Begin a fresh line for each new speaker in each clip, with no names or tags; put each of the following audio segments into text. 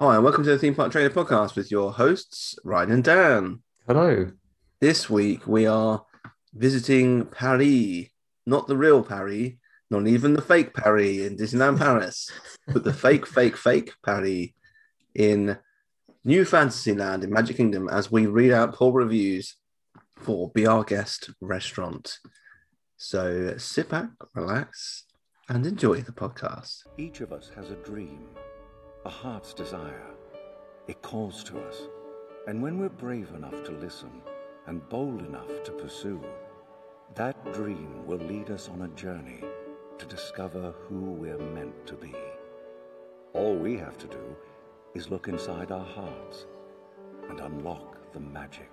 Hi, and welcome to the Theme Park Trainer Podcast with your hosts, Ryan and Dan.
Hello.
This week we are visiting Paris, not the real Paris, not even the fake Paris in Disneyland Paris, but the fake, fake, fake Paris in New Fantasyland in Magic Kingdom as we read out poor reviews for Be Our Guest restaurant. So sit back, relax, and enjoy the podcast.
Each of us has a dream, a heart's desire. It calls to us. And when we're brave enough to listen and bold enough to pursue, that dream will lead us on a journey to discover who we're meant to be. All we have to do is look inside our hearts and unlock the magic.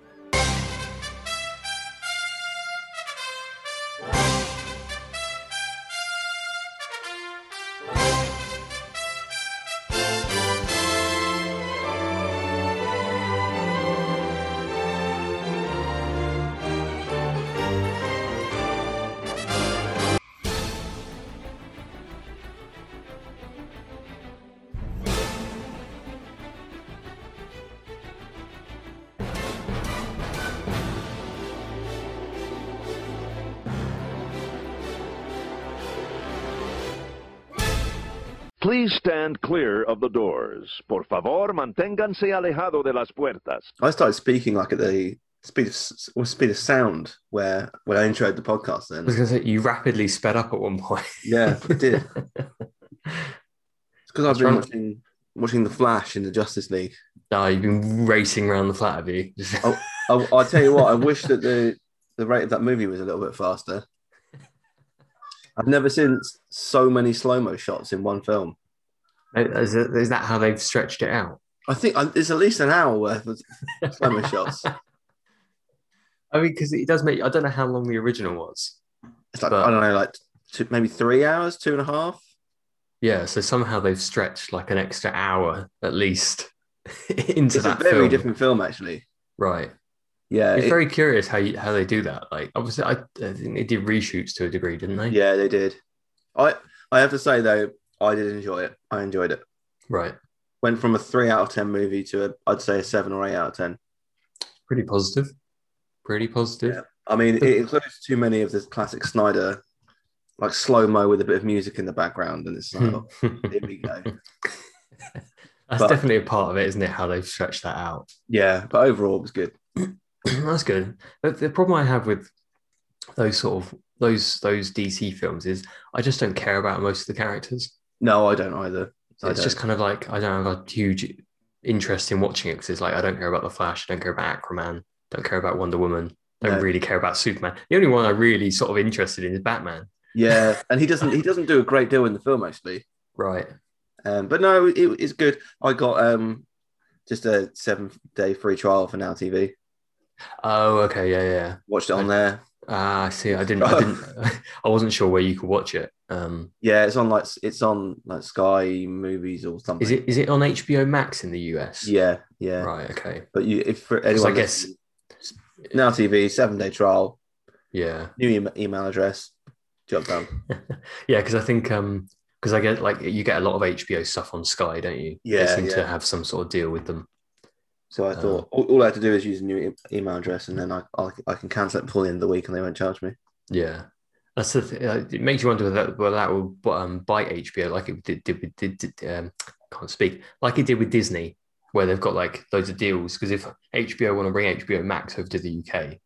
Please stand clear of the doors. Por favor, manténganse alejado de las puertas.
I started speaking like at the speed of s- or speed of sound where when I introed the podcast.
I was
Then,
going to say, you rapidly sped up at one point.
yeah, it did. It's because I've
That's
been
right.
watching watching The Flash in the Justice League.
No, you've been racing around the flat, have you? Just-
Oh. I, I'll tell you what. I wish that the the rate of that movie was a little bit faster. I've never seen s- so many slow mo shots in one film.
uh, Is, it- is that how they've stretched it out?
I think I- it's at least an hour worth of slow mo shots.
I mean, because it does make, I don't know how long the original was.
It's like
But-
I don't know, like two, maybe three hours, two and a half.
Yeah, so somehow they've stretched like an extra hour at least into
It's a
that
very
film.
different film, actually.
Right.
Yeah,
It's
it-
very curious how you, how they do that. Like, obviously, I, I think they did reshoots to a degree, didn't they?
Yeah, they did. I I have to say though, I did enjoy it. I enjoyed it.
Right.
Went from a three out of ten movie to a I'd say a seven or eight out of ten.
Pretty positive. Pretty positive.
I mean, it includes too many of the classic Snyder, like slow mo with a bit of music in the background, and it's like, oh, here we go.
That's
But-
definitely a part of it, isn't it? How they've stretched that out.
Yeah, but overall it was good.
That's good. But the problem I have with those sort of those those DC films is I just don't care about most of the characters.
No, I don't either.
So
I
it's
don't.
just kind of like I don't have a huge interest in watching it because it's like I don't care about the Flash, I don't care about Aquaman, don't care about Wonder Woman, don't
No.
really care about Superman. The only one I really sort of interested in is Batman.
yeah, and he doesn't he doesn't do a great deal in the film actually.
Right.
Um, but no, it, it's good. I got um just a seven day free trial for Now TV.
Oh, okay, yeah, yeah.
Watched it on there.
Ah, I see. I didn't. I didn't. I wasn't sure where you could watch it. Um,
Yeah, it's on like it's on like Sky Movies or something.
is it is it on HBO Max in the US?
Yeah, yeah.
Right. Okay.
But you, if for
Because
anyone,
I guess.
now TV seven day trial,
Yeah.
new email, email address, job done.
yeah, because I think um because I get like you get a lot of HBO stuff on Sky, don't you? they
Yeah,
seem
yeah.
to have some sort of deal with them.
So
Uh.
I thought all, all I had to do is use a new e- email address, and then I I, I can cancel it before the end of the week, and they won't charge me.
Yeah, that's the thing. It makes you wonder whether that, whether that will um, bite HBO like it did, did, with- did, did um, can't speak like it did with Disney, where they've got like loads of deals. Because if HBO want to bring HBO Max over to the UK,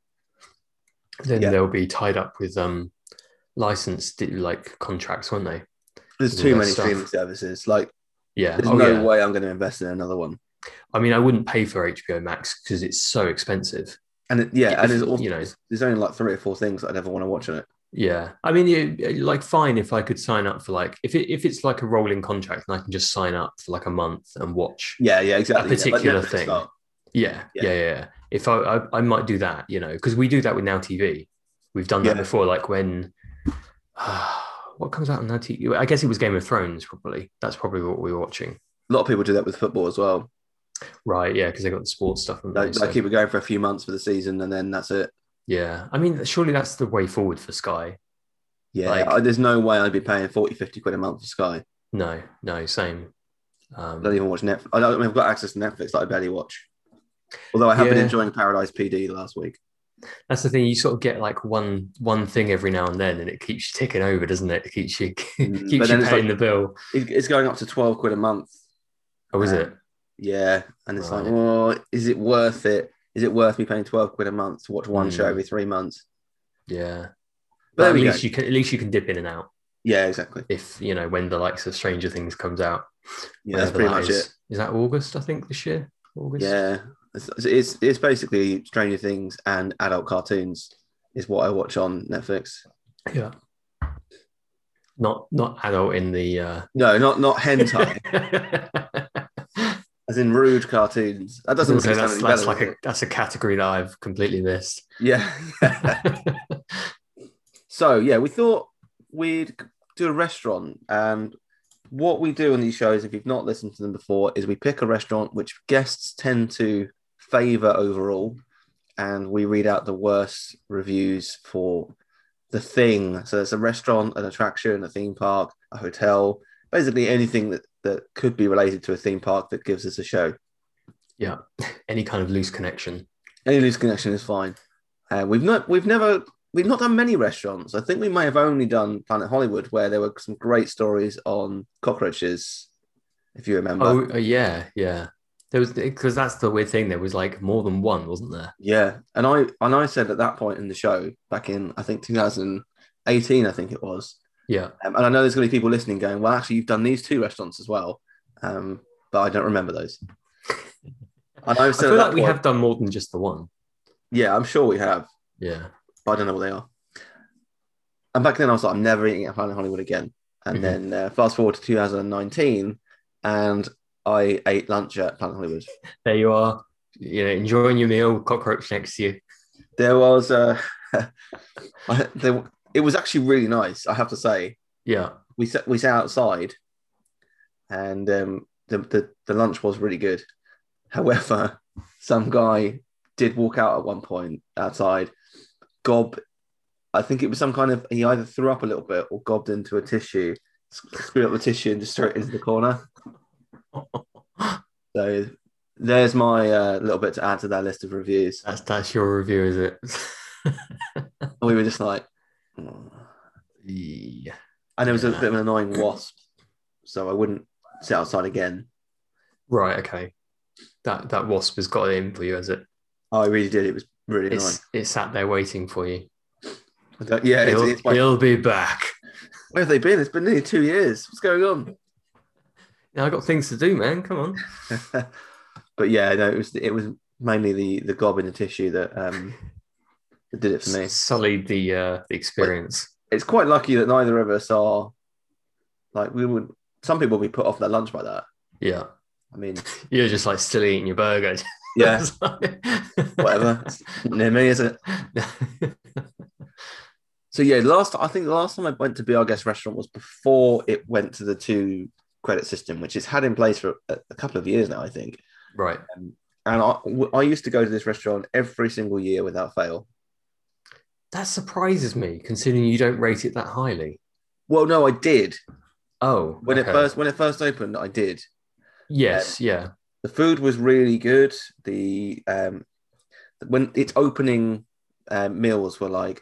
then
Yeah.
they'll be tied up with um licensed like contracts, won't they?
There's
Yeah,
too
that's
many
tough.
streaming services. Like
Yeah.
there's
Oh,
no
yeah.
way I'm going to invest in another one.
I mean, I wouldn't pay for HBO Max because it's so expensive.
And it, yeah, and
If-
there's also,
you know.
there's only like three or four things I'd ever want to watch on it.
Yeah, I mean, you, like, fine if I could sign up for like if it, if it's like a rolling contract and I can just sign up for like a month and watch.
Yeah, yeah, exactly. yeah, like
particular
Netflix
thing.
style.
Yeah,
Yeah.
yeah, yeah. yeah. If I, I I might do that, you know, because we do that with Now TV. We've done that
Yeah.
before, like when what comes out on Now TV. I guess it was Game of Thrones, probably. That's probably what we were watching,
A lot of people do that with football as well.
right? Yeah, because they got the sports stuff. haven't
They,
they?
they
So-
keep it going for a few months for the season, and then that's it.
yeah, I mean, surely that's the way forward for Sky.
Yeah,
Like-
I, there's no way I'd be paying 40, 50 quid a month for Sky.
No, no, same.
I
Um,
don't even watch Netflix. I don't, I mean, I've got access to Netflix that I barely watch. Although I have been
Yeah.
enjoying Paradise PD last week.
that's the thing. You sort of get like one one thing every now and then, and it keeps you ticking over, doesn't it? It keeps you
Mm, but
keeps you
then
paying
it's
the bill.
It- It's going up to 12 quid a month.
Oh, is
Uh,
it?
Yeah. And it's like,
Right.
well, is it worth it? Is it worth me paying 12 quid a month to watch one
Mm.
show every three months?
Yeah.
But
But
there
at
we go.
least you can at least you can dip in and out
Yeah, exactly.
if you know when the likes of Stranger Things comes out.
Yeah, that's
whenever
pretty
that
much
is.
it.
Is that August? I think this year. August.
Yeah. It's, it's, it's basically Stranger Things and adult cartoons is what I watch on Netflix.
Yeah. Not not adult in the. Uh...
No, not not hentai, as in rude cartoons. That doesn't
So
make
that's,
sense.
that's like a that's a category that I've completely missed.
yeah. So yeah, we thought we'd do a restaurant, and what we do on these shows, if you've not listened to them before, is we pick a restaurant which guests tend to favour overall, and we read out the worst reviews for the thing. So it's a restaurant, an attraction, a theme park, a hotel, basically anything that that could be related to a theme park that gives us a show.
yeah, any kind of loose connection.
Any loose connection is fine. Uh, we've not, we've never, we've not done many restaurants. I think we may have only done Planet Hollywood, where there were some great stories on cockroaches, if you remember.
Oh uh, yeah, yeah. There was because that's the weird thing. There was like more than one, wasn't there?
Yeah, and I and I said at that point in the show, back in I think 2018, I think it was.
Yeah,
Um, and I know there's going to be people listening going, "Well, actually, you've done these two restaurants as well," um, but I don't remember those. And I,
I
said at
feel
that
like we
point-
have done more than just the one.
Yeah, I'm sure we have.
Yeah,
but I don't know what they are. And back then, I was like, I'm never eating at Planet Hollywood again. And
Mhm.
then uh, fast forward to 2019, and I ate lunch at Planet Hollywood.
there you are. You know, enjoying your meal, cockroach next to you.
There was, uh, I, there, it was actually really nice. I have to say,
Yeah,
we sat we sat outside, and um, the, the the lunch was really good. However, some guy did walk out at one point outside, gob. I think it was some kind of he either threw up a little bit or gobbed into a tissue, screwed up the tissue and just threw it into the corner. So there's my uh, little bit to add to that list of reviews.
that's that's your review, is it?
And we were just like, "Mm."
yeah.
and it was a
Yeah.
bit of an annoying wasp, so I wouldn't sit outside again.
Right. Okay. That that wasp has got it in for you, has it?
Oh, I really did. It was really annoying.
It's it's sat there waiting for you.
I don't- Yeah, it's,
he'll,
it's like,
he'll be back.
where have they been? It's been nearly two years. What's going on?
Yeah, I got things to do, man. Come on.
but yeah, no, it was it was mainly the the gob in the tissue that um that did it for me.
S- Sullied the uh, the experience.
It's quite lucky that neither of us are like we would. Some people would be put off their lunch by that.
Yeah.
I mean,
You're just like still eating your burger.
yeah,
It's like-
whatever. It's not near me, is it? So yeah, last I think the last time I went to Be Our Guest restaurant was before it went to the two credit system, which it's had in place for a, a couple of years now, I think.
right.
And I, w- I used to go to this restaurant every single year without fail.
That surprises me, considering you don't rate it that highly.
Well, no, I did
Oh,
when
okay.
it first when it first opened. I did.
Yes. Yeah.
The food was really good. The um, when its opening um, meals were like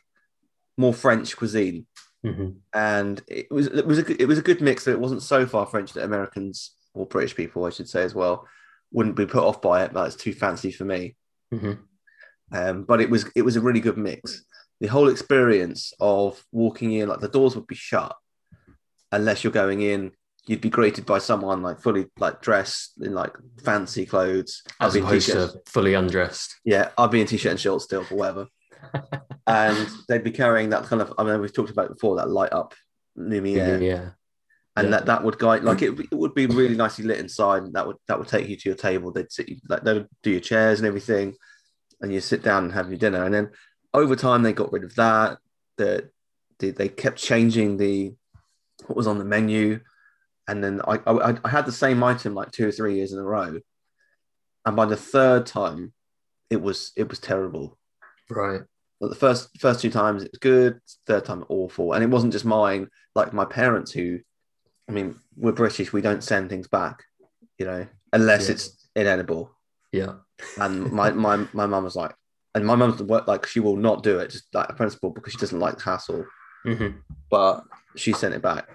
more French cuisine,
Mhm.
and it was it was a good, it was a good mix. So it wasn't so far French that Americans or British people, I should say, as well, wouldn't be put off by it. That's too fancy for me.
Mhm.
um, but it was it was a really good mix. The whole experience of walking in, like the doors would be shut, unless you're going in. You'd be greeted by someone like fully like dressed in like fancy clothes. I'd
As
be in
opposed
t-shirt.
to fully undressed.
Yeah, I'd be in t-shirt and shorts still, but whatever. and they'd be carrying that kind of. I mean, we've talked about it before that light up Lumiere,
Yeah.
and
yeah.
that that would guide. Like it, it would be really nicely lit inside. And that would that would take you to your table. They'd sit you, like they would do your chairs and everything, and you sit down and have your dinner. And then over time they got rid of that. The, the they kept changing the what was on the menu, and then I, I I had the same item like two or three years in a row, and by the third time, it was it was terrible.
Right.
But the first first two times it was good, third time awful, and it wasn't just mine. Like my parents, who, I mean, we're British, we don't send things back. you know, unless
Yeah.
it's inedible.
Yeah.
And my my my mum was like, and my mum's the work like she will not do it, just like a principle because she doesn't like the hassle.
Mhm.
But she sent it back.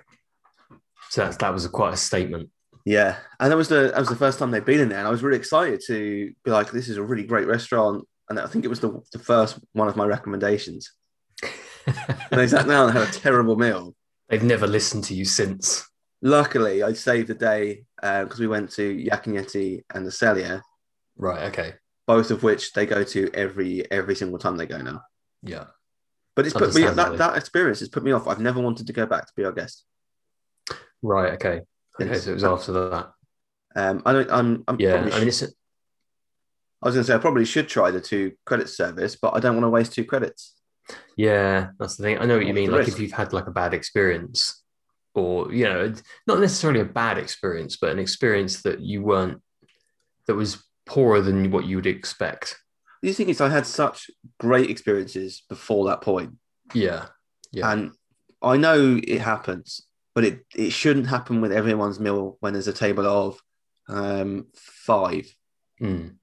So that's, that was quite a statement.
Yeah, and that was the that was the first time they'd been in there, and I was really excited to be like, this is a really great restaurant. And I think it was the, the first one of my recommendations. And they sat down and had a terrible meal.
They've never listened to you since.
Luckily, I saved the day because we went to Yak and Yeti and the Celia,
Right. Okay.
both of which they go to every every single time they go now.
Yeah.
But it's put me that,
Understandably.
that experience has put me off. I've never wanted to go back to be our guest.
Right. Okay. Okay. So it was after that.
Um, I don't. I'm. I'm
Yeah.
probably
I
sh-
mean, it's
I was going to say I probably should try the two credit service, but I don't want to waste two credits.
Yeah, that's the thing. I know what you
What's
mean.
the
Like
risk?
if you've had like a bad experience, or you know, not necessarily a bad experience, but an experience that you weren't that was poorer than what you would expect.
The thing is, I had such great experiences before that point,
Yeah. Yeah.
and I know it happens, but it it shouldn't happen with everyone's meal when there's a table of um, five.
Mm.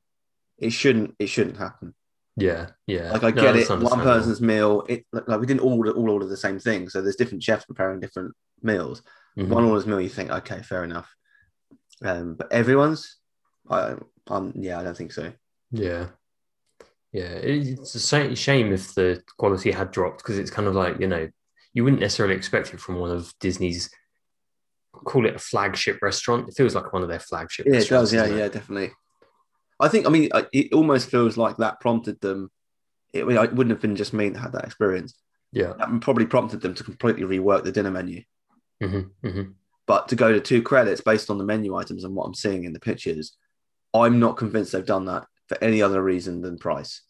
It shouldn't. It shouldn't happen.
Yeah. Yeah.
Like I
No,
get
that's
it. One
understandable.
person's meal. It like like, we didn't all order- all order the same thing, so there's different chefs preparing different meals.
Mhm.
one orders meal, you think, okay, fair enough. Um, but everyone's, I, um, yeah, I don't think so.
Yeah. Yeah. It- It's a sa- shame if the quality had dropped because it's kind of like, you know, you wouldn't necessarily expect it from one of Disney's, call it a flagship restaurant. It feels like one of their flagship
Yeah, it
restaurants.
does. Yeah,
doesn't
yeah,
it?
definitely. I think. I mean, I- it almost feels like that prompted them. It, well, it wouldn't have been just me that had that experience.
Yeah.
That probably prompted them to completely rework the dinner menu.
Mm-hmm, mm-hmm.
But to go to two credits based on the menu items and what I'm seeing in the pictures, I'm not convinced they've done that for any other reason than price.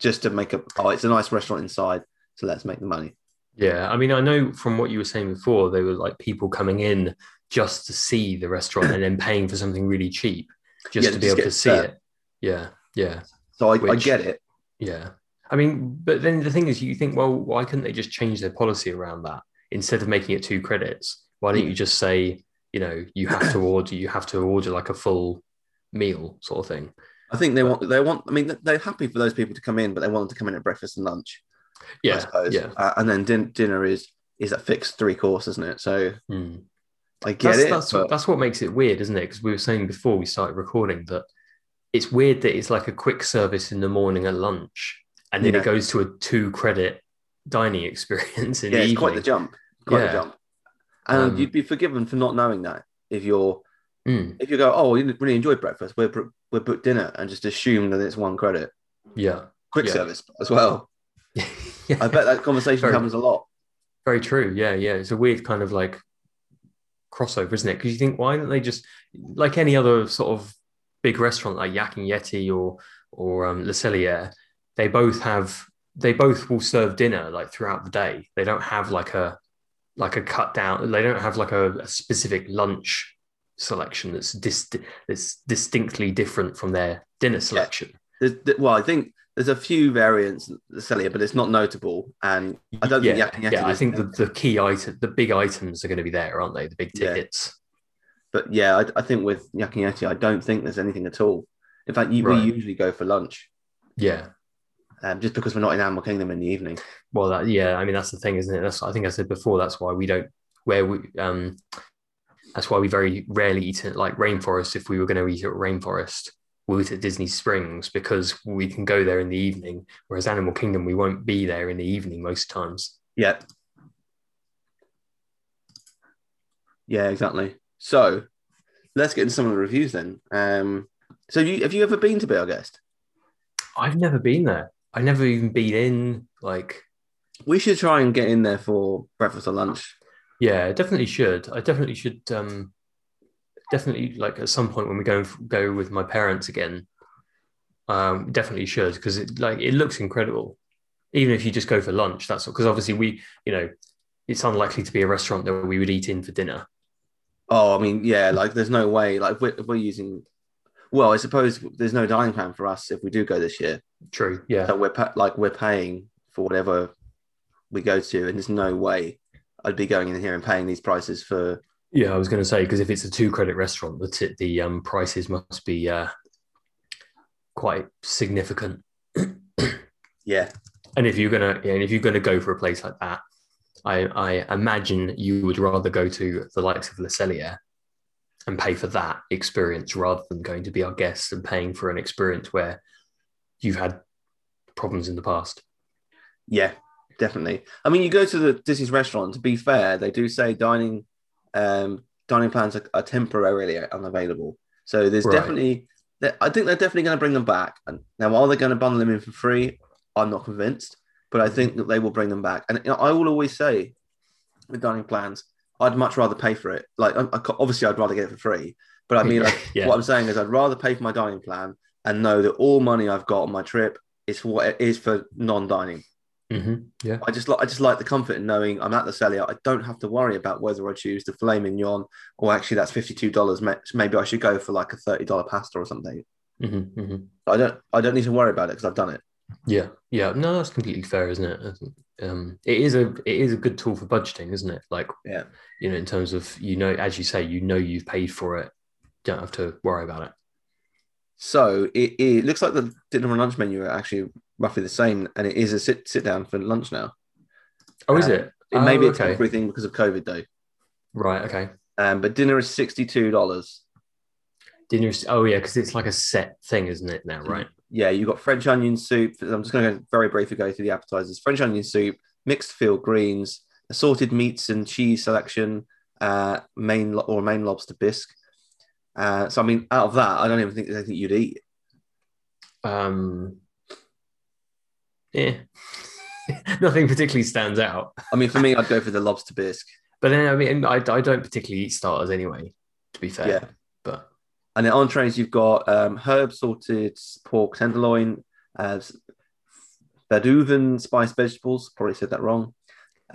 Just to make a, oh, it's a nice restaurant inside, so let's make the money.
Yeah, I mean, I know from what you were saying before, they were like people coming in just to see the restaurant and then paying for something really cheap just
Yeah,
to
to
be
just
able
get
to see
served.
it. Yeah, yeah,
So I, I
Which-
get it.
yeah. I mean, but then the thing is, you think, well, why couldn't they just change their policy around that instead of making it two credits? Why don't you just say, you know, you have to order, you have to order like a full meal sort of thing?
I think they want they want. I mean, they're happy for those people to come in, but they want them to come in at breakfast and lunch. I
Yeah,
suppose.
yeah.
Uh, and then din- dinner is is a fixed three course, isn't it? So
Mm.
I get
that's,
it.
That's,
but
that's what makes it weird, isn't it? Because we were saying before we started recording that it's weird that it's like a quick service in the morning and lunch, and then
Yeah.
it goes to a two credit dining experience in
yeah,
the
it's
evening.
quite the jump. Quite
Yeah.
the jump. And
Um,
you'd be forgiven for not knowing that if you're
Mm,
if you go, oh, you really enjoyed breakfast. We're bro- we're booked dinner and just assume that it's one credit.
Hmm, yeah,
Quick
Yeah.
service as well.
yeah.
I bet that conversation
Very-
happens a lot.
Very true. Yeah, yeah. It's a weird kind of like crossover, isn't it? Because you think, why don't they just like any other sort of big restaurant like Yak and Yeti or or um, Le Cellier? They both have they both will serve dinner like throughout the day. They don't have like a like a cut down. They don't have like a, a specific lunch selection that's dis- that's distinctly different from their dinner selection.
There's, th- well, I think there's a few variants, Celia, but it's not notable. And I don't
yeah,
think Yak and Yeti
yeah. I
is-
think the, the key item, the big items are going to be there, aren't they? The big
Yeah.
tickets.
But yeah, I, I think with Yak and Yeti, I don't think there's anything at all. In fact, you,
Right.
we usually go for lunch
yeah.
um, just because we're not in Animal Kingdom in the evening.
Well, that, yeah, I mean that's the thing, isn't it? That's I think I said before. That's why we don't where we um, that's why we very rarely eat at like rainforest. If we were going to eat at rainforest, we'll eat at Disney Springs because we can go there in the evening. Whereas Animal Kingdom, we won't be there in the evening most times.
Yeah. Yeah, exactly. So let's get into some of the reviews then. Um, so you, have you ever been to Be Our Guest?
I've never been there. I've never even been in. Like,
We should try and get in there for breakfast or lunch.
yeah, I definitely should. I definitely should. Um, definitely like at some point when we go go with my parents again. um, definitely should because it like it looks incredible. Even if you just go for lunch, that's because obviously we, you know, it's unlikely to be a restaurant that we would eat in for dinner.
Oh, I mean, yeah, like there's no way. Like if we're, if we're using, well, I suppose there's no dining plan for us if we do go this year.
True. Yeah.
that we're pa- like we're paying for whatever we go to, and there's no way I'd be going in here and paying these prices for
Yeah, I was going to say because if it's a two credit restaurant, the t- the um, prices must be uh, quite significant.
Yeah.
And if you're gonna yeah, and if you're gonna go for a place like that, I I imagine you would rather go to the likes of La Cellier and pay for that experience rather than going to be our guest and paying for an experience where you've had problems in the past.
Yeah, definitely. I mean, you go to the Disney's restaurant. To be fair, they do say dining um, dining plans are, are temporarily unavailable. So there's
Right.
definitely, that- I think they're definitely going to bring them back. And now, are they going to bundle them in for free? I'm not convinced, but I think that they will bring them back. And you know, I will always say, with dining plans, I'd much rather pay for it. Like, I, I co- obviously, I'd rather get it for free, but I mean, like,
Yeah.
what I'm saying is, I'd rather pay for my dining plan and know that all money I've got on my trip is for what it is for non-dining.
hmm Yeah.
I just like I just like the comfort in knowing I'm at the cellier. I don't have to worry about whether I choose the filet mignon or actually that's fifty two dollars. Maybe I should go for like a thirty dollar pasta or something.
hmm hmm
I don't I don't need to worry about it because I've done it.
Yeah, yeah, no, that's completely fair, isn't it? I think, Um, it is a it is a good tool for budgeting, isn't it? Like,
Yeah.
you know, in terms of you know, as you say, you know, you've paid for it, don't have to worry about it.
So it, it looks like the dinner and lunch menu are actually roughly the same, and it is a sit sit down for lunch now.
Oh, is
Uh,
it?
It may
Oh,
be a
okay.
temporary thing because of COVID though.
Right. Okay.
Um, but dinner is sixty two dollars.
Dinner. is- Oh, yeah, because it's like a set thing, isn't it? Now, right?
yeah, you've got French onion soup. I'm just going to very briefly go through the appetizers. French onion soup, mixed field greens, assorted meats and cheese selection, uh, main lo- or main lobster bisque. Uh, so I mean, out of that, I don't even think there's anything you'd eat.
Um. Yeah. Nothing particularly stands out.
I mean, for me, I'd go for the lobster bisque,
But then, I mean, I, I don't particularly eat starters anyway. To be fair.
Yeah.
But
and then entrees you've got um, herb salted pork tenderloin, uh, s- Verduven spiced vegetables. Probably said that wrong.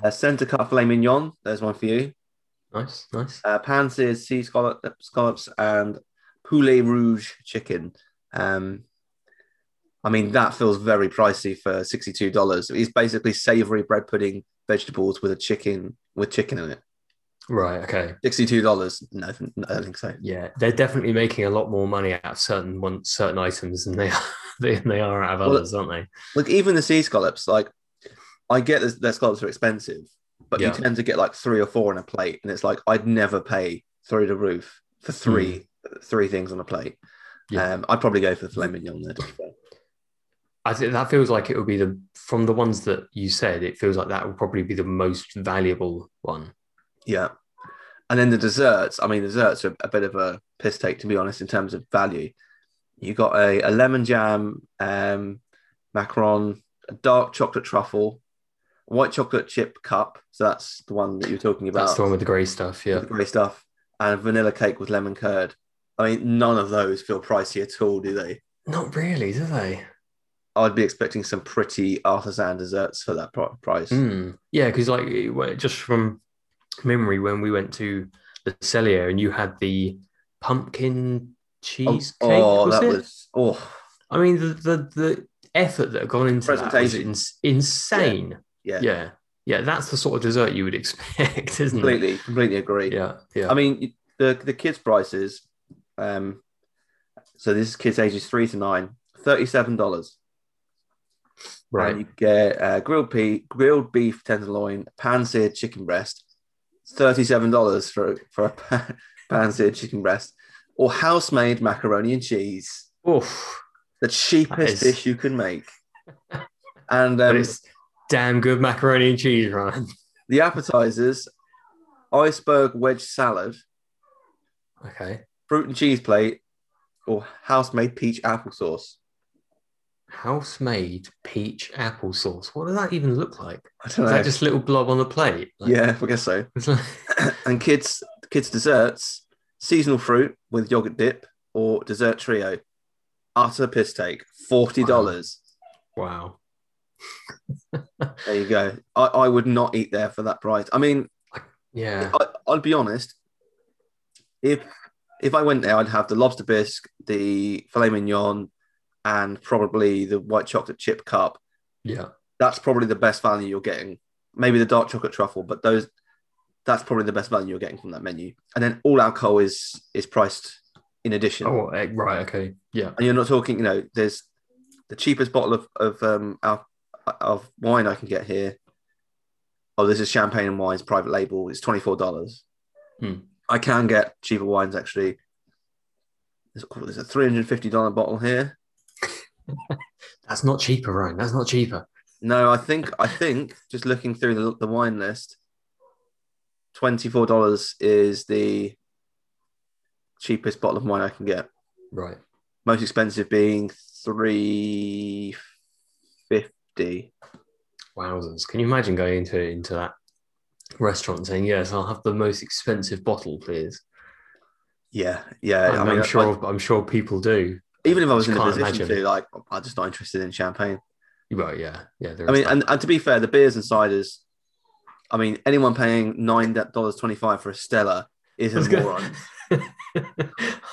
Uh, center cut filet mignon. There's one for you.
nice, nice.
uh, pan seared sea scallop, scallops and poulet rouge chicken. Um, I mean, that feels very pricey for sixty-two dollars. It's basically savory bread pudding, vegetables with a chicken with chicken in it.
Right. Okay.
Sixty-two dollars? No, th- no, I don't think so.
Yeah, they're definitely making a lot more money out of certain one certain items than they are than they are out of
Well,
others, aren't they?
Like even the sea scallops, like I get that their scallops are expensive, but
Yeah.
you tend to get like three or four on a plate, and it's like I'd never pay through the roof for three three things on a plate.
Hmm. Yeah.
Um, I'd probably go for the filet mignon there. To be fair.
I think that feels like it would be the from the ones that you said, it feels like that would probably be the most valuable one.
Yeah. And then the desserts, I mean, desserts are a bit of a piss take, to be honest, in terms of value. You got a, a lemon jam, um, macaron, a dark chocolate truffle, white chocolate chip cup. So that's the one that you're talking about.
That's the one with the grey stuff.
with
Yeah.
the grey stuff. And vanilla cake with lemon curd. I mean, none of those feel pricey at all, do they?
Not really, do they?
I'd be expecting some pretty artisan desserts for that pri- price.
Hmm. Yeah, because like it- well, just from memory, when we went to the Cellier and you had the pumpkin
Oh,
cheesecake.
oh,
was
that
it?
was, oh,
I mean, the the, the effort that had gone into that was
Presentation.
ins- insane.
yeah,
yeah. yeah, That's the sort of dessert you would expect, isn't
completely, completely agree.
it? Yeah, yeah.
I mean, you- the the kids' prices. Um, so this is kids ages three to nine, thirty-seven dollars.
right.
And you get uh, grilled pea, grilled beef tenderloin, pan-seared chicken breast, thirty-seven dollars for for a pan- pan-seared chicken breast, or house-made macaroni and cheese,
Oof.
the cheapest
is-
dish you can make. and
But
um,
it's damn good macaroni and cheese, Ryan.
the appetizers: iceberg wedge salad,
Okay.
fruit and cheese plate, or house-made peach applesauce.
House made peach applesauce. What does that even look like?
I don't
Is
know.
that just a little blob on the plate? Like,
Yeah, I guess so.
it's like-
and kids kids desserts, seasonal fruit with yogurt dip or dessert trio. Utter piss take, forty dollars.
wow.
There you go. I, I would not eat there for that price. I mean,
Yeah.
I, I'll be honest. If if I went there, I'd have the lobster bisque, the filet mignon, and probably the white chocolate chip cup.
Yeah.
That's probably the best value you're getting. Maybe the dark chocolate truffle, but those That's probably the best value you're getting from that menu. And then all alcohol is is priced in addition.
Oh, eh, right. Okay. Yeah.
And you're not talking, you know, there's the cheapest bottle of of um al- of wine I can get here. Oh, this is champagne and wine's private label. It's twenty four dollars.
Hmm.
I can get cheaper wines actually. There's, oh, there's a three hundred fifty dollar bottle here.
That's not cheaper, Ryan. That's not cheaper.
No, I think I think just looking through the, the wine list, twenty four dollars is the cheapest bottle of wine I can get.
Right.
Most expensive being three fifty.
Wowzers. Can you imagine going into into that restaurant and saying, Yes, I'll have the most expensive bottle, please?
Yeah, yeah.
Uh, I
I mean,
am
I-
sure I, am sure people do.
even if I was
Just
in a
can't
position to,
imagine.
like, I'm just not interested in champagne.
Well, yeah. Yeah. There
I
is
mean,
that.
and, and to be fair, the beers and ciders. I mean, anyone paying nine dollars twenty five for a Stella is
I was
a
gonna-
moron.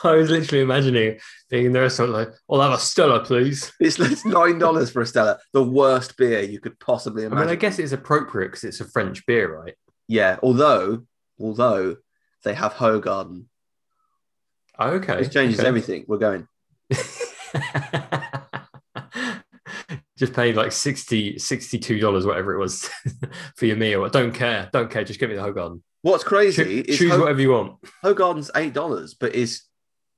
I was literally imagining being in the restaurant like, I'll have a Stella, please.
It's it's nine dollars for a Stella, the worst beer you could possibly
I
imagine.
mean, I guess it's appropriate because it's a French beer, right?
yeah. Although, although they have Hogarden,
Oh, okay.
which changes
okay.
everything. We're going.
just paid like 60 $62 whatever it was for your meal i don't care don't care just give me the whole garden
What's crazy
choose,
is Ho-
whatever you want
Hogarden's eight dollars, but is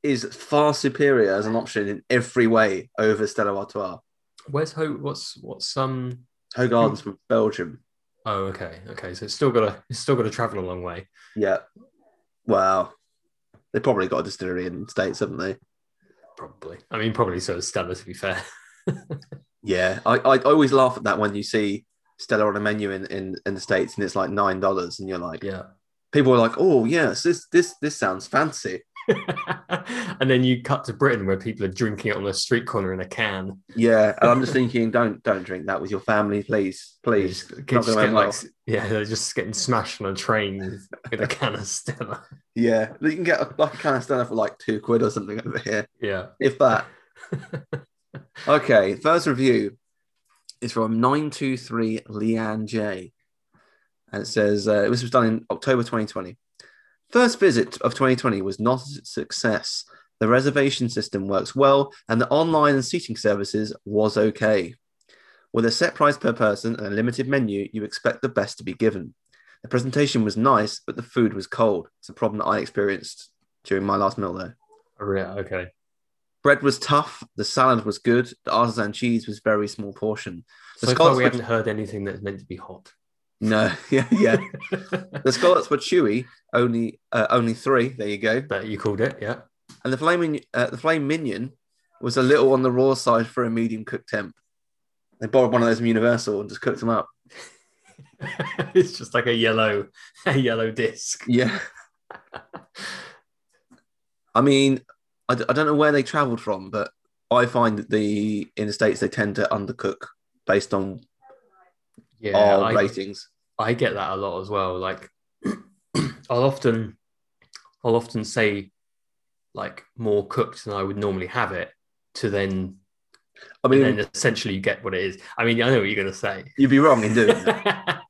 is far superior as an option in every way over Stella Artois.
where's ho what's what's um
Hogarden's from Belgium.
oh okay okay so it's still gotta it's still gotta travel a long way
Yeah. Wow. They probably got a distillery in the States, haven't they?
probably i mean probably so is stella to be fair
Yeah. I, I always laugh at that when you see Stella on a menu in, in, in the States and it's like nine dollars and you're like
yeah
people are like, Oh yes, this this this sounds fancy.
and then you cut to britain where people are drinking it on a street corner in a can
Yeah. And I'm just thinking, don't don't drink that with your family, please,
They
please.
just,
not
just
gonna
get
end
like,
well.
yeah they're just getting smashed on a train with, with a can of stella
Yeah. You can get a like, a can of Stella for like two quid or something over here.
yeah
If that. Okay, first review is from 923 Leanne J. And it says, uh, this was done in October 2020. First visit of 2020 was not a success. The reservation system works well, and the online and seating services was okay. With a set price per person and a limited menu, you expect the best to be given. The presentation was nice, but the food was cold. It's a problem that I experienced during my last meal there.
Oh, yeah, okay.
Bread was tough. The salad was good. The artisan cheese was very small portion. The
so far,
Scots
we
were-
haven't heard anything that's meant to be hot.
No, yeah, yeah. the scallops were chewy. Only, uh, only three. There you go.
that you called it, yeah.
And the flaming, uh, the flame minion was a little on the raw side for a medium cooked temp. They borrowed one of those from Universal and just cooked them up.
it's just like a yellow, a yellow disc.
Yeah. I mean, I, d- I don't know where they travelled from, but I find that the in the states they tend to undercook based on
Yeah,
our
I,
ratings.
I get that a lot as well. Like, I'll often, I'll often say, like more cooked than I would normally have it, to then,
I mean,
and then essentially you get what it is. I mean, I know what you're gonna say,
you'd be wrong in doing that.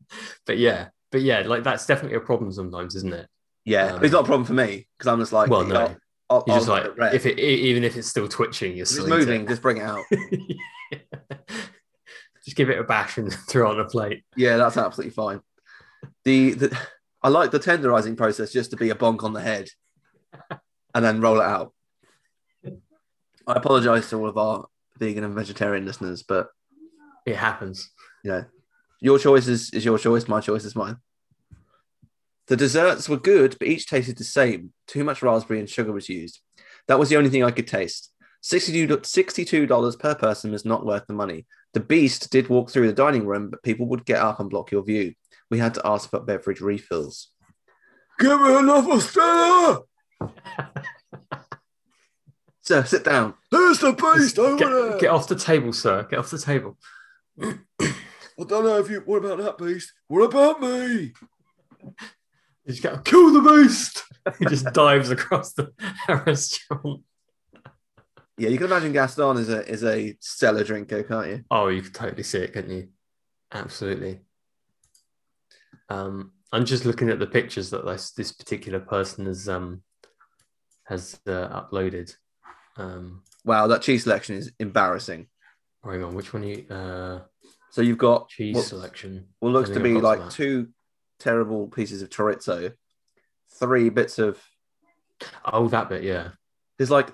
but yeah, but yeah, like that's definitely a problem sometimes, isn't it?
Yeah,
Um,
it's not a problem for me because I'm just like,
well, no,
I'll- I'll-
You're just
I'll
like
get red.
if it e- even if it's still twitching, you're
If Oh, it's
still
moving, just bring it out.
just give it a bash and throw it on a plate.
yeah, that's absolutely fine. The, the I like the tenderizing process just to be a bonk on the head and then roll it out. I apologize to all of our vegan and vegetarian listeners, but
It happens.
you know, your choice is, is your choice, my choice is mine. The desserts were good, but each tasted the same. Too much raspberry and sugar was used. That was the only thing I could taste. $62, $62 per person was not worth the money. The beast did walk through the dining room, but people would get up and block your view. We had to ask for beverage refills. Give me another Stella! Sir, sit down. There's the beast over there.
Get, get off the table, sir. Get off the table.
I don't know if you. What about that beast? What about me?
You just go, kill the beast. he just dives across the restaurant.
Yeah, you can imagine Gaston is a is a stellar drinker, can't you?
Oh, you could totally see it, couldn't you? Absolutely. Um, I'm just looking at the pictures that this, this particular person has um has uh, uploaded. Um,
Wow, that cheese selection is embarrassing.
hang on, which one? Are you, uh,
So you've got
cheese
what,
selection.
what looks
I
to
think
be
I've got
like
that.
two terrible pieces of chorizo, three bits of
Oh, that bit, yeah.
there's like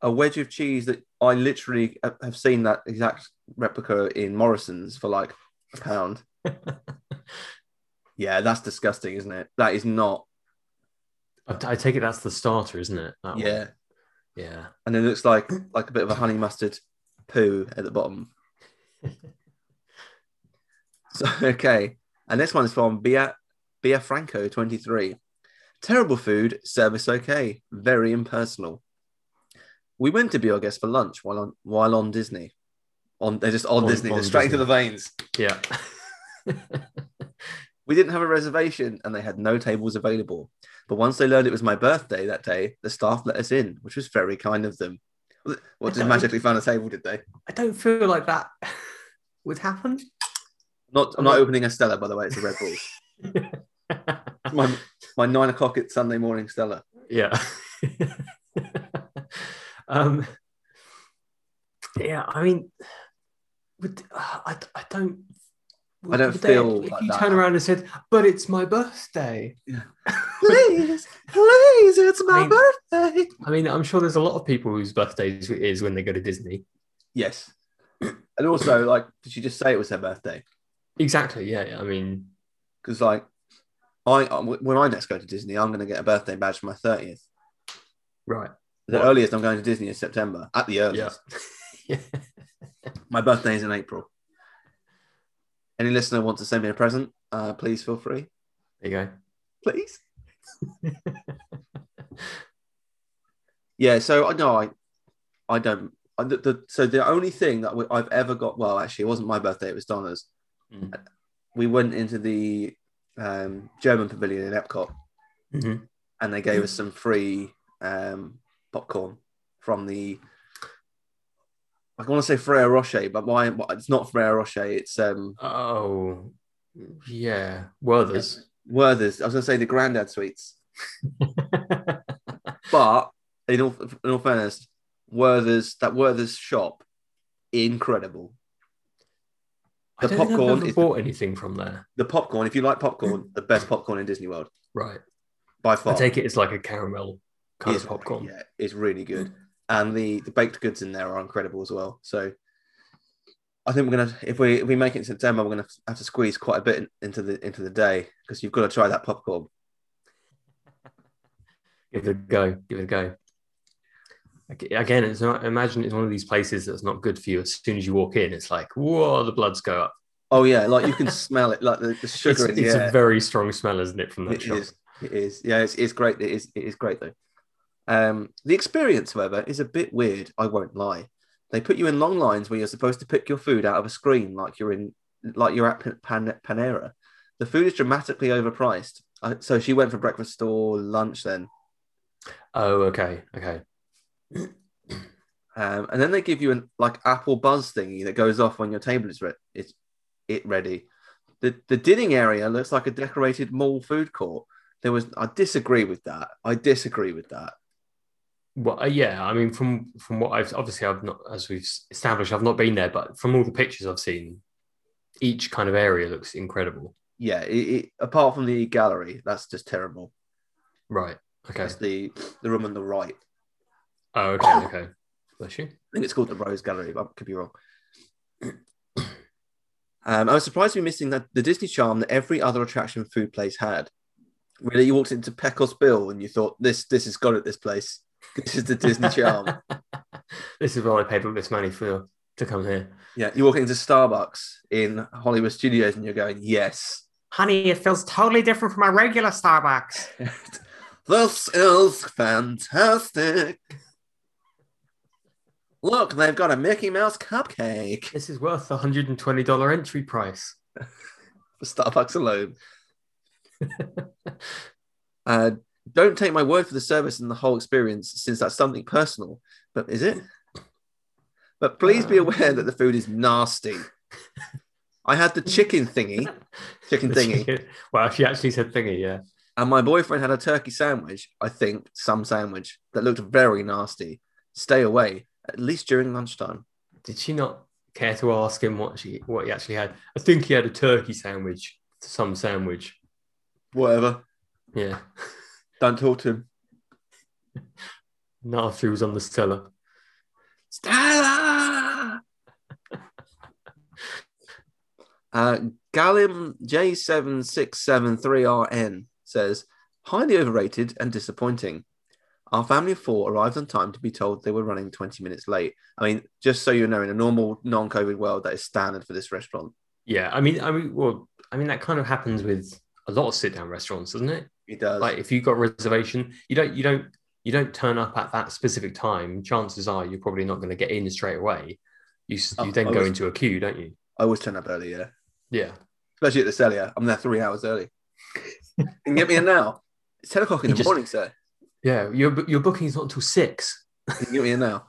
a wedge of cheese that I literally ha- have seen that exact replica in Morrison's for like a pound. yeah, that's disgusting, isn't it? That is not.
I, I take it that's the starter, isn't it? That one.
Yeah,
yeah.
and it looks like like a bit of a honey mustard poo at the bottom. So, okay, and this one's from Bia Bia Franco twenty three. Terrible food, service okay, very impersonal. We went to Be Guest for lunch while on while on Disney. On they're just on,
On-
Disney,
on
they're straight to
Disney.
the veins.
Yeah.
We didn't have a reservation and they had no tables available. But once they learned it was my birthday that day, the staff let us in, which was very kind of them. What did
Okay.
magically find a table? Did they?
I don't feel like that would happen.
Not I'm not opening a Stella, by the way. It's a Red Bull. my my nine o'clock at Sunday morning Stella.
yeah. um, yeah, I mean, would, uh, I, I don't.
I don't
would they
feel
actually- If
like
you
that.
turn around and said, "But it's my birthday,"
please, please, it's
my mean-
birthday.
I mean, I'm sure there's a lot of people whose birthdays it is when they go to Disney.
Yes. And also, like, did she just say it was her birthday?
Exactly. Yeah. yeah, I mean,
Because, like, I I- when I next go to Disney, I'm going to get a birthday badge for my 30th.
right.
The
Right.
earliest I'm going to Disney is September, at the
Yeah.
earliest.
yeah.
My birthday is in April. Any listener wants to send me a present, uh, please feel free.
There you go.
Please. yeah, so I know I, I don't. I, the, the, so the only thing that we, I've ever got, well, actually, it wasn't my birthday; it was Donna's.
Mm.
We went into the um, German pavilion in Epcot,
Mhm.
and they gave us some free um, popcorn from the. I want to say Frere Rocher, but why? It's not Frere Rocher. It's um,
Oh, yeah. Werther's.
Werther's. I was going to say the Grandad Sweets. But in all, in all fairness, Werther's that Werther's shop, incredible.
I
The
don't think
popcorn
I've ever
is-
bought anything from there.
The popcorn, if you like popcorn, the best popcorn in Disney World
Right.
by far.
I take it it's like a caramel kind
It's-
of popcorn. Mm.
Yeah, it's really good, and the the baked goods in there are incredible as well. So. I think we're gonna if we if we make it in September, we're gonna have to squeeze quite a bit in- into the into the day because you've got to try that popcorn.
Give it a go. Give it a go. Ag- Again, it's not. Imagine it's one of these places that's not good for you. As soon as you walk in, it's like, whoa, the bloods go up.
Oh yeah, like you can smell it, like the, the sugar
It's,
in the
it's
air.
a very strong smell, isn't it, from that
It
shop?
is. It is. Yeah, it's, it's great. It is. It is great though. Um, the experience, however, is a bit weird. I won't lie. They put you in long lines where you're supposed to pick your food out of a screen, like you're in, like you're at Pan- Pan- Panera. The food is dramatically overpriced. I, so she went for breakfast or lunch then,
Oh, okay, okay.
um, and then they give you an like apple buzz thingy that goes off when your table is re- is it ready. The the dining area looks like a decorated mall food court. There was I disagree with that. I disagree with that.
Well, uh, yeah. I mean, from from what I've obviously I've not, as we've s- established, I've not been there, but from all the pictures I've seen, each kind of area looks incredible.
yeah, it, it, apart from the gallery, that's just terrible.
Right. Okay.
That's the the room on the right. I
Oh, okay, okay. Bless you.
think it's called the Rose Gallery, but I could be wrong. Um, I was surprised to be missing that the Disney charm that every other attraction food place had. Really, you walked into Pecos Bill and you thought this this is got at this place. This is the Disney charm.
this is what I paid all this money for to come here.
yeah, you walk into Starbucks in Hollywood Studios and you're going yes.
Honey, it feels totally different from my regular Starbucks.
this is fantastic. Look, they've got a Mickey Mouse cupcake
This is worth the hundred and twenty dollar entry price.
for Starbucks alone. uh, don't take my word for the service and the whole experience, since that's something personal. But is it? But please be aware that the food is nasty. I had the chicken thingy, chicken thingy,
Chicken. Well, she actually said thingy, yeah.
and my boyfriend had a turkey sandwich. I think some sandwich that looked very nasty. Stay away, at least during lunchtime.
Did she not care to ask him what she what he actually had? I think he had a turkey sandwich, some sandwich.
Whatever.
Yeah.
Don't talk to him.
Not after he was on the Stella.
Stella. uh, Galim J7673RN says highly overrated and disappointing. Our family of four arrived on time to be told they were running 20 minutes late. I mean, just so you know, in a normal non COVID world, that is standard for this restaurant.
Yeah, I mean, I mean, well, I mean, that kind of happens with a lot of sit-down restaurants, doesn't it?
It does.
Like, if you got a reservation, you don't, you don't, you don't turn up at that specific time. Chances are you're probably not going to get in straight away. You s-
Oh,
you then
I
go
was-
into a queue, don't you?
I always turn up early, yeah.
Yeah.
Especially at the Celia. I'm there three hours early. you can get me in now. It's 10 o'clock in
You
the
just-
morning, sir.
Yeah, your bo- your booking is not until six.
You can get me in now.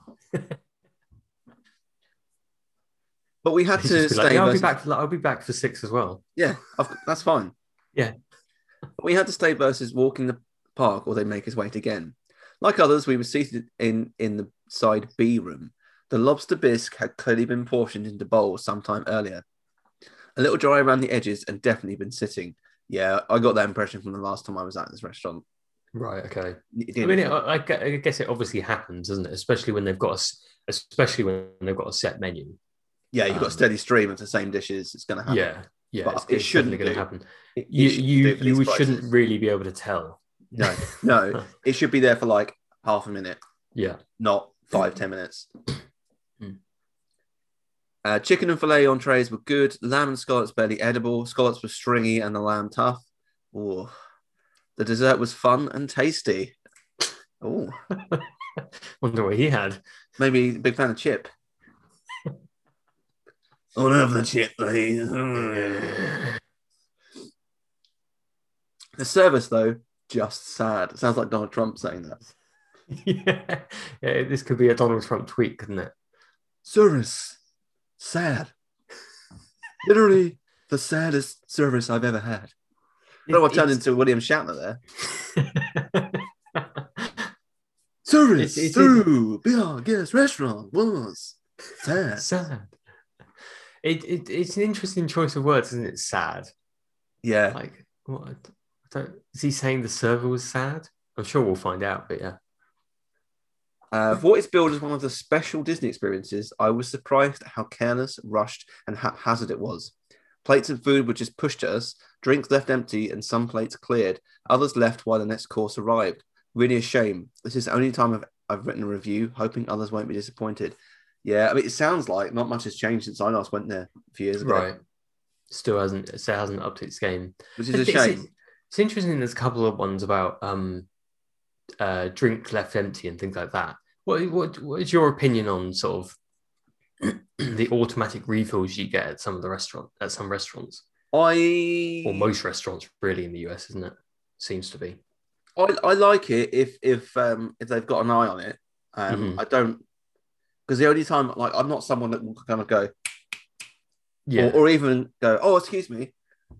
but we had
It's
to
just be
stay.
like, yeah, I'll be
versus-
back. I'll be back for six as well.
Yeah, I've, that's fine.
Yeah.
But we had to stay versus walking the park or they make us wait again. Like others, we were seated in, in the side B room. The lobster bisque had clearly been portioned into bowls sometime earlier. A little dry around the edges and definitely been sitting. Yeah, I got that impression from the last time I was at this restaurant.
Right. Okay.
It
I
did.
mean, it, I, I gue- I guess it obviously happens, doesn't it? Especially when they've got a, s- especially when they've got a set menu.
yeah, you've got a
um,
steady stream of the same dishes. It's going to happen.
Yeah. Yeah.
Uh-huh. But
it's,
it
it's
shouldn't
definitely going
do.
to happen.
It- it
You
should
you
do for these
you
prices.
shouldn't really be able to tell.
No, no. it should be there for like half a minute.
Yeah.
not five ten minutes.
Mm.
Uh, chicken and fillet entrees were good. Lamb and scallops barely edible. Scallops were stringy and the lamb tough. Ooh. The dessert was fun and tasty. Oh,
Wonder what he had.
maybe a big fan of chip. I'll have the chip, please. The service, though, just sad. Sounds like Donald Trump saying that.
yeah. yeah. This could be a Donald Trump tweet, couldn't it?
service sad literally the saddest service i've ever had no i
It-
turned
it's-
into william shatner there service
It's- it's-
through beyond guest restaurant was sad
sad. It, it it's an interesting choice of words, isn't it? Sad.
yeah
Like what? I don't. Is he saying the server was sad? I'm sure we'll find out. But yeah.
uh,
Hmm.
what is billed as one of the special disney experiences i was surprised at how careless rushed and haphazard it was plates and food were just pushed at us drinks left empty and some plates cleared others left while the next course arrived really a shame this is the only time i've, I've written a review hoping others won't be disappointed yeah i mean it sounds like not much has changed since i last went there a few years ago
Right. Still hasn't still hasn't upped its game.
which is a
It's-
shame
It's interesting. There's a couple of ones about um, uh, drink left empty and things like that. What what what is your opinion on sort of the automatic refills you get at some of the restaurant at some restaurants
i
or most restaurants really in the US, isn't it? Seems to be.
I, I like it if if um if they've got an eye on it. Um,
Mhm.
I don't because the only time like I'm not someone that will kind of go
Yeah.
or, or even go oh excuse me,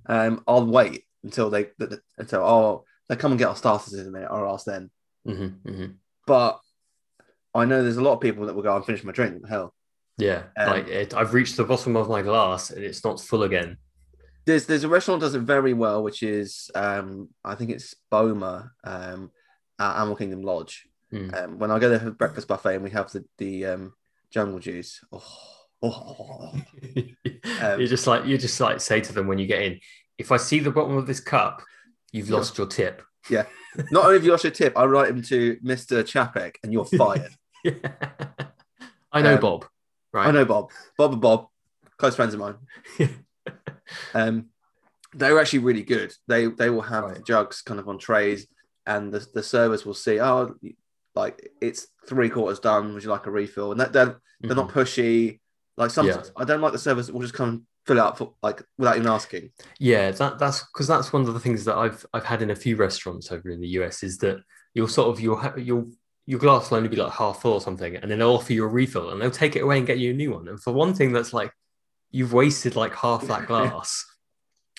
um I'll wait until they th- th- until oh they come and get our starters in a minute or ask then.
Mhm, mhm.
But I know there's a lot of people that will go and finish my drink. Hell,
Yeah,
Um,
like it, I've reached the bottom of my glass and it's not full again.
there's there's a restaurant that does it very well, which is um I think it's Boma um at Animal Kingdom Lodge.
Mm.
Um, when I go there for breakfast buffet and we have the the um, jungle juice, oh, oh, Um,
you just like you just like say to them when you get in, if I see the bottom of this cup, you've
Yeah.
lost your tip.
not only have you lost your tip, I write him to Mister Chapek, and you're fired.
I know
Um,
Bob, right?
I know Bob, Bob and Bob, close friends of mine. um, they were actually really good. They they will have
Right.
jugs kind of on trays, and the the servers will see oh, like it's three quarters done. Would you like a refill? And that they're, they're not
Mhm.
pushy. Like some,
Yeah.
I don't like the servers that will just come and fill out for like without even asking.
Yeah, that that's because that's one of the things that I've I've had in a few restaurants over in the US is that you'll sort of you'll ha- you'll your glass will only be like half full or something, and then they'll offer you a refill and they'll take it away and get you a new one. And for one thing, that's like, you've wasted like half that glass.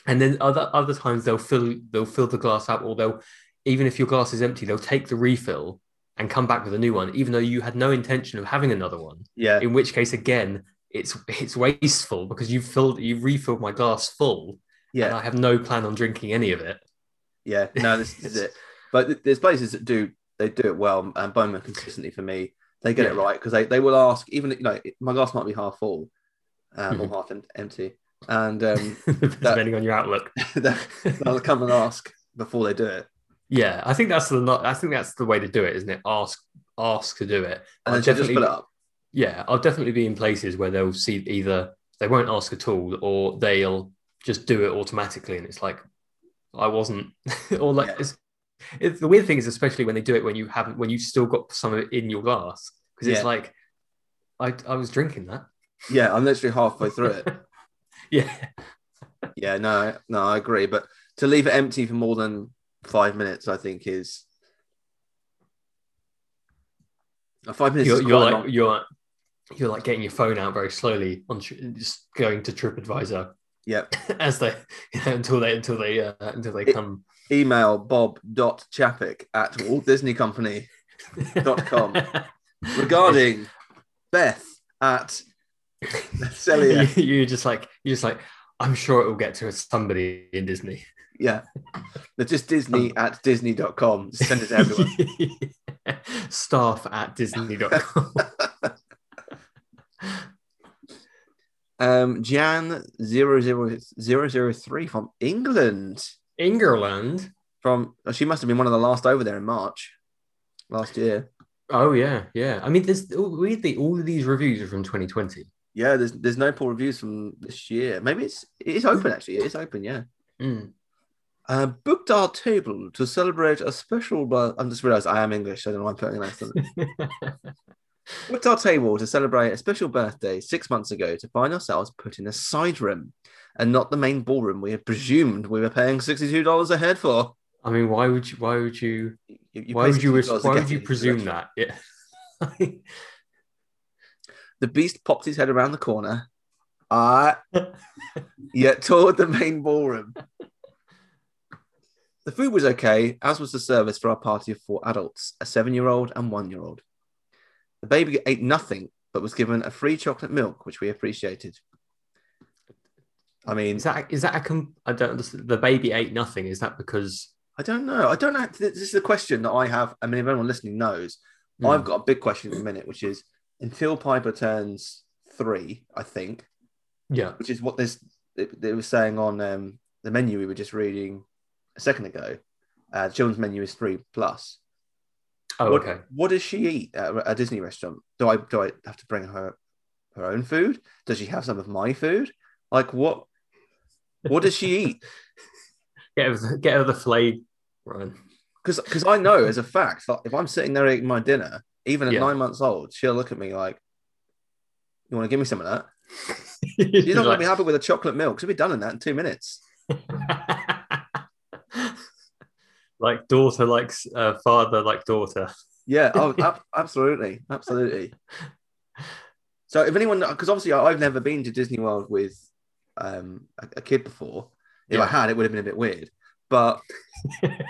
and then other other times they'll fill they'll fill the glass up, or they'll even if your glass is empty, they'll take the refill and come back with a new one, even though you had no intention of having another one.
Yeah.
In which case, again, it's it's wasteful because you've filled you've refilled my glass full, and
Yeah.
I have no plan on drinking any of it.
Yeah. No, this is it. But th- there's places that do they do it well, and Bowman consistently for me, they get it
Yeah.
right because they, they will ask even you know my glass might be half full, um,
Mhm.
or half em- empty, and um,
depending on your outlook.
they'll they'll come and ask before they do it.
yeah, I think that's the not. I think that's the way to do it, isn't it? Ask ask to do it.
And
I'll
then she'll just
definitely-
fill it up.
Yeah, I'll definitely be in places where they'll see either they won't ask at all, or they'll just do it automatically, and it's like I wasn't, or like
Yeah.
it's, it's the weird thing is especially when they do it when you haven't when you've still got some of it in your glass because
Yeah.
it's like I I was drinking that.
Yeah, I'm literally halfway through it.
yeah,
Yeah, no, no, I agree. But to leave it empty for more than five minutes, I think is Uh, five minutes.
you're,
is
you're
quite
like
long.
you're you're like getting your phone out very slowly on tr- just going to TripAdvisor
Yep.
as they until they until they uh, until they
It-
come
Email bob.chappick at Walt Disney Company dot com. regarding Beth at Celia.
you, you're just like you're just like I'm sure it will get to somebody in Disney.
Yeah. No, just Disney at Disney.com. Just send it to everyone.
Staff at Disney.com.
Um, Jan 00003 from England.
Ingerland.
From oh, she must have been one of the last over there in March last year.
Oh yeah, yeah. I mean, there's weirdly all of these reviews are from 2020.
Yeah, there's there's no poor reviews from this year. Maybe it's it's open actually. It's open, yeah.
Mm.
Uh, booked our table to celebrate a special. But I'm just realised I am English. so I don't know why I'm putting an accent. booked our table to celebrate a special birthday six months ago to find ourselves put in a side room, and not the main ballroom we had presumed we were paying sixty-two dollars a head for.
I mean, why would you? Why would you?
You- you
why
pay
would you?
$62 to
Why
get
would you
into the
presume
restaurant.
that? Yeah.
The beast popped his head around the corner. Ah, yet toward the main ballroom. The food was okay, as was the service for our party of four adults a seven year old and one year old. The baby ate nothing but was given a free chocolate milk, which we appreciated. I mean,
Is that is that a com- I don't understand. The baby ate nothing. Is that because
I don't know. I don't know. This is a question that I have. I mean, if anyone listening knows,
Hmm.
I've got a big question at the minute, which is until Piper turns three, I think,
yeah
which is what this they, they were saying on um, the menu we were just reading a second ago. Uh, the children's menu is three plus.
oh
what,
okay
What does she eat at a Disney restaurant? Do I do I have to bring her her own food? Does she have some of my food? Like what? What does she eat?
get her the, get her the filet Ryan
Because because I know as a fact, like, if I'm sitting there eating my dinner, even at
Yeah.
nine months old, she'll look at me like, "You want to give me some of that?" She's
She's
not going
like-
to be happy with a chocolate milk. She'll be done in that in two minutes.
like daughter like s- uh, father like daughter
Yeah, oh, ab- absolutely, absolutely. So if anyone, because obviously I- I've never been to Disney World with um, a, a kid before. If I
Yeah.
had, it would have been a bit weird, but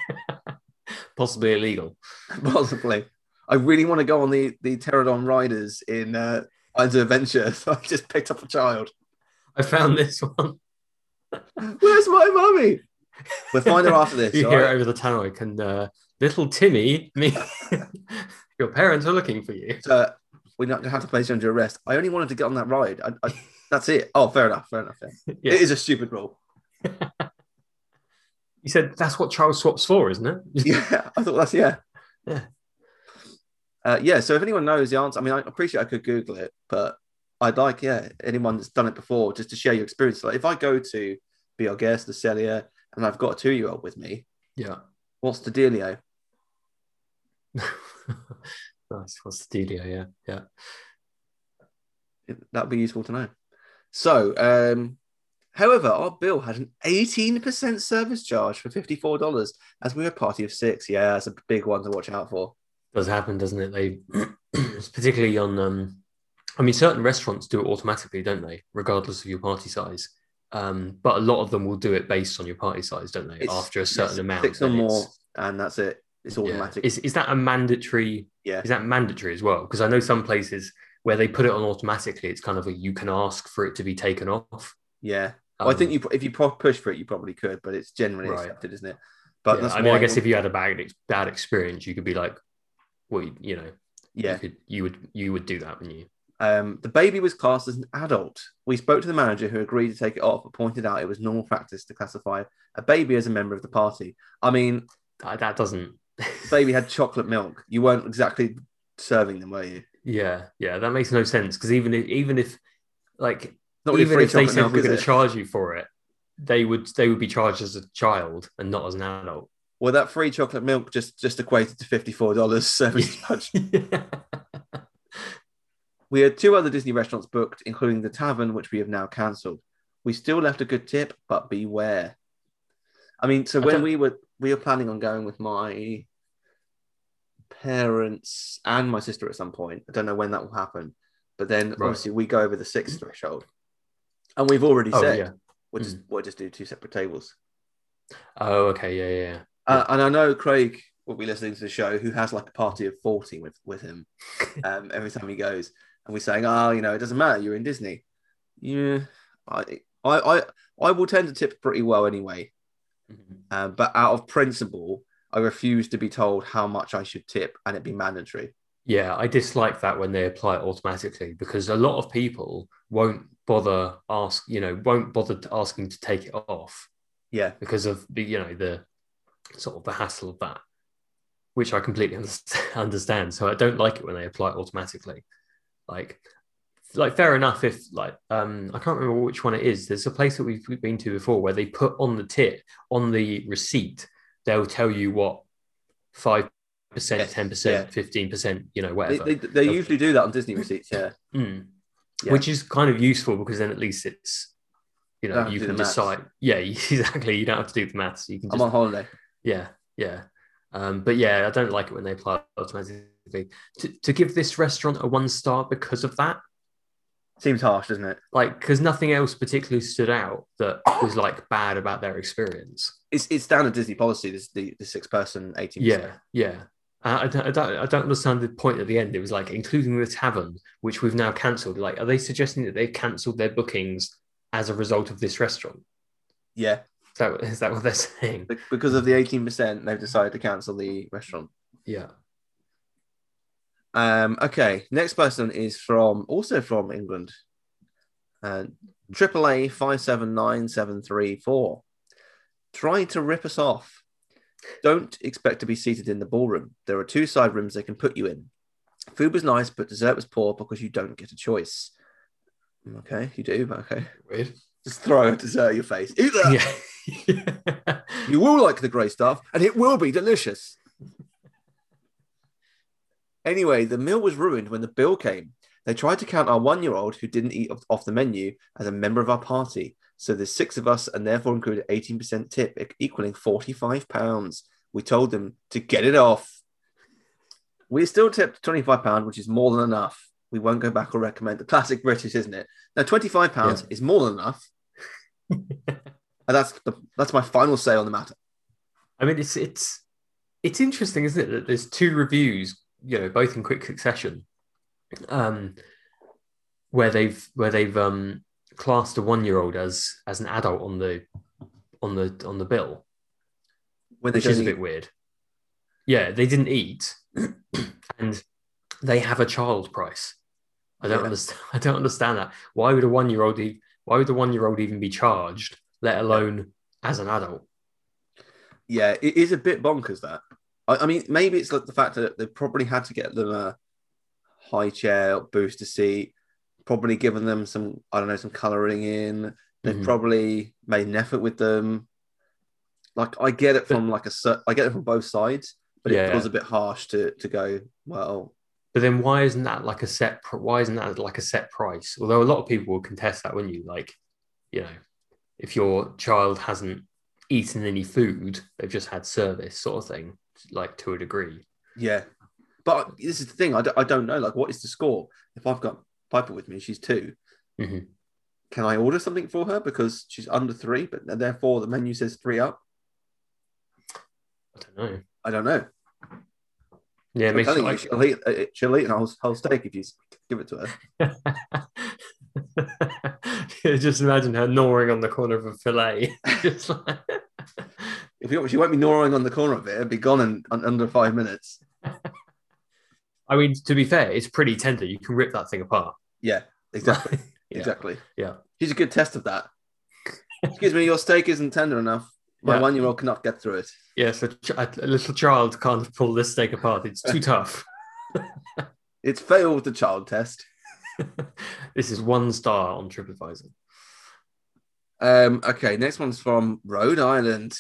possibly illegal
possibly. I really want to go on the the pterodon riders in uh, Islands of Adventure. So I just picked up a child.
I found this one
Where's my mummy? We'll find her after this.
you
all
hear it
right?
over the tannoy can uh, little Timmy me your parents are looking for you
So we're not going to have to place you under arrest. I only wanted to get on that ride. I, I, that's it. Oh, fair enough. Fair enough. yeah.
yeah.
It is a stupid rule.
you said that's what child swaps for isn't it
yeah, I thought that's yeah.
Yeah.
Uh, yeah. So if anyone knows the answer, I mean, I appreciate I could Google it, but I'd like, yeah, anyone that's done it before, just to share your experience. Like, if I go to be our guest, the Celia, and I've got a two-year-old with me,
yeah
what's the dealio?
nice. What's the dealio? Yeah, yeah.
That'd be useful to know. So, um, however, our bill had an eighteen percent service charge for fifty-four dollars, as we were a party of six. Yeah, that's a big one to watch out for.
Does happen, doesn't it? They, it's particularly on um, I mean, certain restaurants do it automatically, don't they? Regardless of your party size. Um, but a lot of them will do it based on your party size, don't they?
It's-
After a certain
Yes,
amount,
six or
then it's-
more, and that's it. It's
yeah.
automatic.
Is is that a mandatory?
Yeah.
Is that mandatory as well? Because I know some places where they put it on automatically. It's kind of a you can ask for it to be taken off.
yeah. Well, I
Um,
think you, if you pro- push for it, you probably could, but it's generally
Right.
accepted, isn't it? But
yeah,
that's
I mean,
why
I guess if you had a bad ex- bad experience, you could be like, well, you, you know,
yeah,
you, could, you would you would do that, wouldn't you?
Um, the baby was classed as an adult. We spoke to the manager who agreed to take it off, but pointed out it was normal practice to classify a baby as a member of the party. I mean,
That, that doesn't.
the baby had chocolate milk. You weren't exactly serving them, were you?
Yeah, yeah, that makes no sense because even if, even if like
Not really
even
free
if they
chocolate
said
milk,
we're
is
going
it?
to charge you for it, they would they would be charged as a child and not as an adult.
well, that free chocolate milk just just equated to fifty four dollars service charge. We had two other Disney restaurants booked, including the tavern, which we have now cancelled. We still left a good tip, but beware. I mean, so
I
when
don't-
we were we were planning on going with my parents and my sister at some point. I don't know when that will happen, but then
Right.
obviously we go over the six threshold, and we've already
oh
said
yeah.
we'll just we'll just do two separate tables.
Oh okay. Yeah, yeah. yeah.
Uh, and I know Craig will be listening to the show, who has like a party of 40 with, with him um, every time he goes. And we're saying, oh, you know, it doesn't matter. You're in Disney. Yeah. I, I, I, I will tend to tip pretty well anyway.
Mhm.
Um, but out of principle, I refuse to be told how much I should tip and it be mandatory.
Yeah, I dislike that when they apply it automatically because a lot of people won't bother ask, you know, won't bother to asking to take it off
Yeah.
because of the, you know, the sort of the hassle of that, which I completely underst- understand. So I don't like it when they apply it automatically. Like, like fair enough if like um I can't remember which one it is. There's a place that we've we've been to before where they put on the tip on the receipt, they'll tell you what five percent,
Yes,
ten
yeah.
percent, fifteen percent, you know,
They,
whatever.
they, they usually do that on Disney receipts. Yeah.
Mm.
Yeah.
Which is kind of useful because then at least it's, you
Don't
know,
have to
you
do
can
the maths.
decide. Yeah, exactly. You don't have to do the maths. You can
I'm
just,
on holiday.
yeah, yeah. Um, but yeah, I don't like it when they apply it automatically. To, to give this restaurant a one star because of that,
Seems harsh, doesn't it?
like, because nothing else particularly stood out that was like bad about their experience.
It's, it's standard Disney policy, this, the, the six person, 18
Yeah, yeah. Uh, I, don't, I, don't, I don't understand the point at the end. It was like including the tavern, which we've now cancelled. Like, are they suggesting that they've cancelled their bookings as a result of this restaurant?
Yeah.
Is that, is that what they're saying?
Be- because of the 18% they've decided to cancel the restaurant
Yeah.
um okay next person is from also from england uh triple a 579734 try to rip us off don't expect to be seated in the ballroom there are two side rooms they can put you in food was nice but dessert was poor because you don't get a choice okay you do but okay
Weird.
just throw a dessert at your face Eat that.
Yeah.
You will like the grey stuff, and it will be delicious. Anyway, the meal was ruined when the bill came. They tried to count our one year old who didn't eat off- off the menu as a member of our party. So there's six of us and therefore included 18% tip, e- equaling £45. We told them to get it off. We still tipped £25, which is more than enough. We won't go back or recommend. The classic British, isn't it? Now, £25
Yeah.
is more than enough. And that's, the, that's my final say on the matter.
I mean, it's it's it's interesting, isn't it? That there's two reviews, you know, both in quick succession, um, where they've where they've um, classed a one year old as as an adult on the on the on the bill,
When
which
don't
is a
eat.
bit weird. Yeah, they didn't eat, and they have a child price. I don't
Yeah.
understand. I don't understand that. Why would a one year old? Why would the one year old even be charged? Let alone as an adult.
yeah, it is a bit bonkers that. I, I mean, maybe it's like the fact that they probably had to get them a high chair, booster seat, probably given them some, I don't know, some colouring in. They've
Mhm.
probably made an effort with them. Like I get it
But-
from like a cer- I get it from both sides, but it
Yeah.
feels a bit harsh to to go. Well,
But then why isn't that like a set? pr- Why isn't that like a set price? Although a lot of people will contest that, wouldn't you? Like, you know, if your child hasn't eaten any food, they've just had service, sort of thing, like to a degree.
yeah, but this is the thing. I, d- I don't know. Like, what is the score? If I've got Piper with me. She's 2
Mhm.
Can I order something for her because she's under three, but therefore the menu says three up?
I don't know.
I don't know.
Yeah, it
I'm
makes
telling
you
you,
like.
she'll eat, uh, she'll eat an whole, whole steak if you s- give it to her.
Yeah, just imagine her gnawing on the corner of a fillet. just like...
If you, she won't be gnawing on the corner of it, it'll be gone in, un- under five minutes.
I mean, to be fair, it's pretty tender. You can rip that thing apart.
Yeah, exactly.
Yeah.
Exactly.
Yeah.
She's a good test of that. Excuse me, your steak isn't tender enough. My
Yeah.
one year old cannot get through it.
Yeah, so ch- a a little child can't pull this steak apart. It's too tough.
It's failed the child test.
this is one star on TripAdvisor.
Um, okay, next one's from Rhode Island.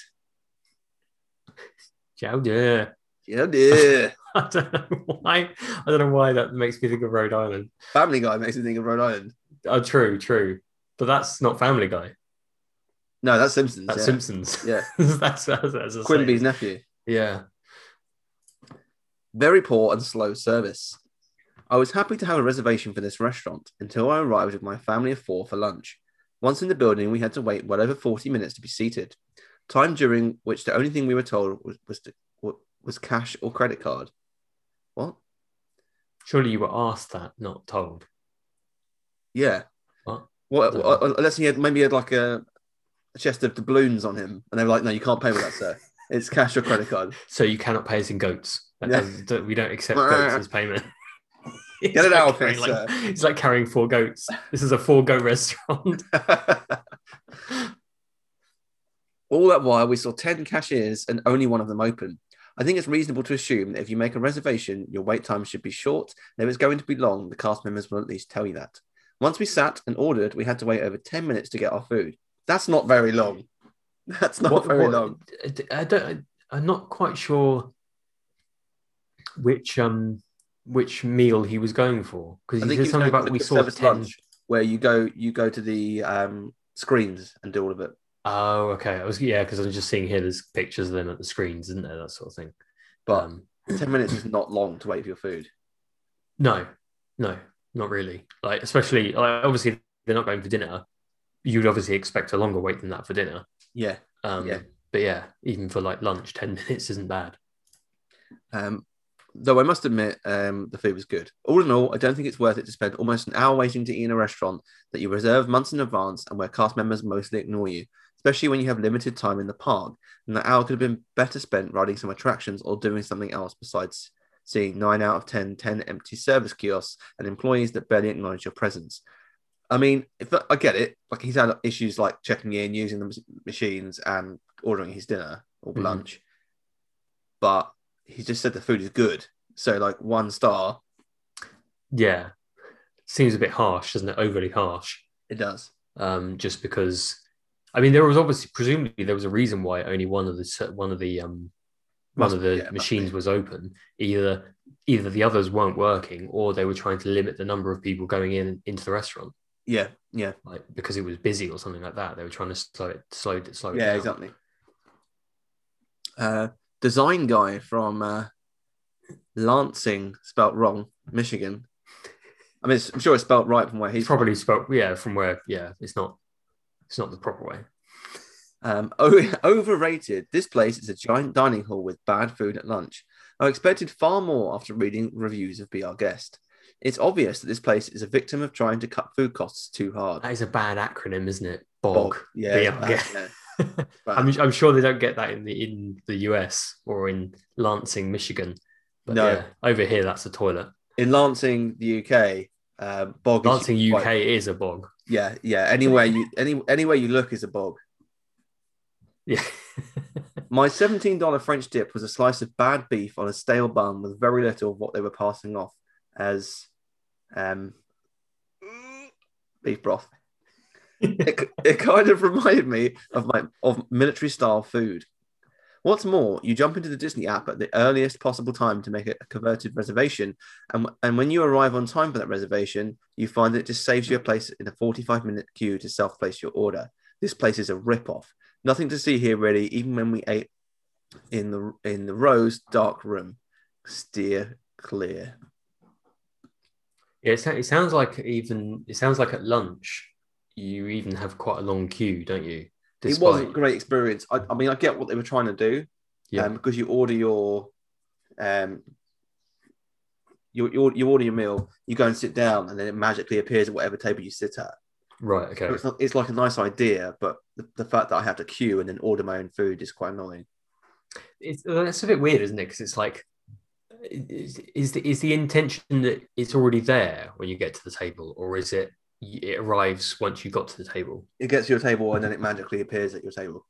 Ciao, yeah.
Yeah, dear.
I don't know why. I don't know why that makes me think of Rhode Island.
Family Guy makes me think of Rhode Island.
Oh, true, true. But that's not Family Guy.
No, that's Simpsons.
That's
yeah.
Simpsons.
Yeah.
that's that's, that's the
Quimby's
Same.
nephew.
Yeah.
Very poor and slow service. I was happy to have a reservation for this restaurant until I arrived with my family of four for lunch. Once in the building, we had to wait well over 40 minutes to be seated, time during which the only thing we were told was, was, to, wa- was cash or credit card. What?
Surely you were asked that, not told.
Yeah.
What?
What,
Don't
what- unless he had maybe he had like a, a chest of doubloons on him, and they were like, "No, you can't pay with that, sir. It's cash or credit card.
So you cannot pay us in goats. That
Yeah.
doesn't- don't- we don't accept goats as payment. Get
it out of here,
like, It's like carrying four goats. This is a four goat restaurant.
All that while, we saw 10 cashiers and only one of them open. I think it's reasonable to assume that if you make a reservation, your wait time should be short. And if it's going to be long, the cast members will at least tell you that. Once we sat and ordered, we had to wait over 10 minutes to get our food. That's not very long. That's not
What-
very
what-
long.
I don't. I'm not quite sure which um which meal he was going for because
I
he
think
said
he's going
something
for
about
the
we
quick
saw
service
ten.
lunch. Where you go, you go to the um, screens and do all of it.
Oh, okay. I was yeah, because I'm just seeing here there's pictures of them at the screens, isn't there? That sort of thing.
But
um,
10 minutes is not long to wait for your food.
no, no, not really. Like especially like, obviously they're not going for dinner. You'd obviously expect a longer wait than that for dinner.
Yeah.
Um,
Yeah.
But yeah, even for like lunch, ten minutes isn't bad.
Um, though I must admit, um, the food was good. All in all, I don't think it's worth it to spend almost an hour waiting to eat in a restaurant that you reserve months in advance and where cast members mostly ignore you, especially when you have limited time in the park. And that hour could have been better spent riding some attractions or doing something else besides seeing nine out of 10, 10 empty service kiosks and employees that barely acknowledge your presence. I mean, if I get it, like he's had issues like checking in, using the mach- machines, and ordering his dinner or
Mhm.
lunch, but he just said the food is good. So like one star,
Yeah, seems a bit harsh, doesn't it? Overly harsh.
it does.
um, just because I mean there was obviously presumably there was a reason why only one of the se- one of the um, one
Must-
of the
yeah, must
machines
be.
was open. Either either the others weren't working or they were trying to limit the number of people going in into the restaurant,
Yeah, yeah,
like because it was busy or something like that. They were trying to slow it slow it slow it
yeah,
down.
exactly. Uh, design guy from uh, Lansing, spelt wrong, Michigan. I mean, it's, I'm sure it's spelt right from where
It's
he's from.
probably spoke yeah from where yeah it's not it's not the proper way.
Um, o- overrated. This place is a giant dining hall with bad food at lunch. I expected far more after reading reviews of Be Our Guest. It's obvious that this place is a victim of trying to cut food costs too hard.
That is a bad acronym, isn't it? Bog.
Yeah,
Be
it's
Our
bad,
Guest.
yeah.
I'm, I'm sure they don't get that in the in the US or in Lansing, Michigan. But
No.
yeah, over here that's a toilet.
in Lansing, the UK, uh, bog. is-
Lansing, UK is a bog.
yeah, yeah. Anywhere you any anywhere you look is a bog.
Yeah.
My seventeen dollar French dip was a slice of bad beef on a stale bun with very little of what they were passing off as um, beef broth. it, it kind of reminded me of my of military style food. What's more, you jump into the Disney app at the earliest possible time to make a converted reservation, and and when you arrive on time for that reservation, you find that it just saves you a place in a 45 minute queue to self place your order. This place is a rip off. Nothing to see here really. Even when we ate in the in the Rose dark room, steer clear.
Yeah, it, sou- it sounds like even it sounds like at lunch you even have quite a long queue, don't you?
It wasn't a great experience. I, I mean, I get what they were trying to do,
Yeah.
um, because you order your, um, you, you you order your meal, you go and sit down, and then it magically appears at whatever table you sit at.
right. Okay.
It's, not, it's like a nice idea, but the, the fact that I have to queue and then order my own food is quite annoying.
it's uh, that's a bit weird, isn't it? Because it's like, is, is the is the intention that it's already there when you get to the table, or is it y- it arrives once you got to the table?
It gets to your table and then it magically appears at your table.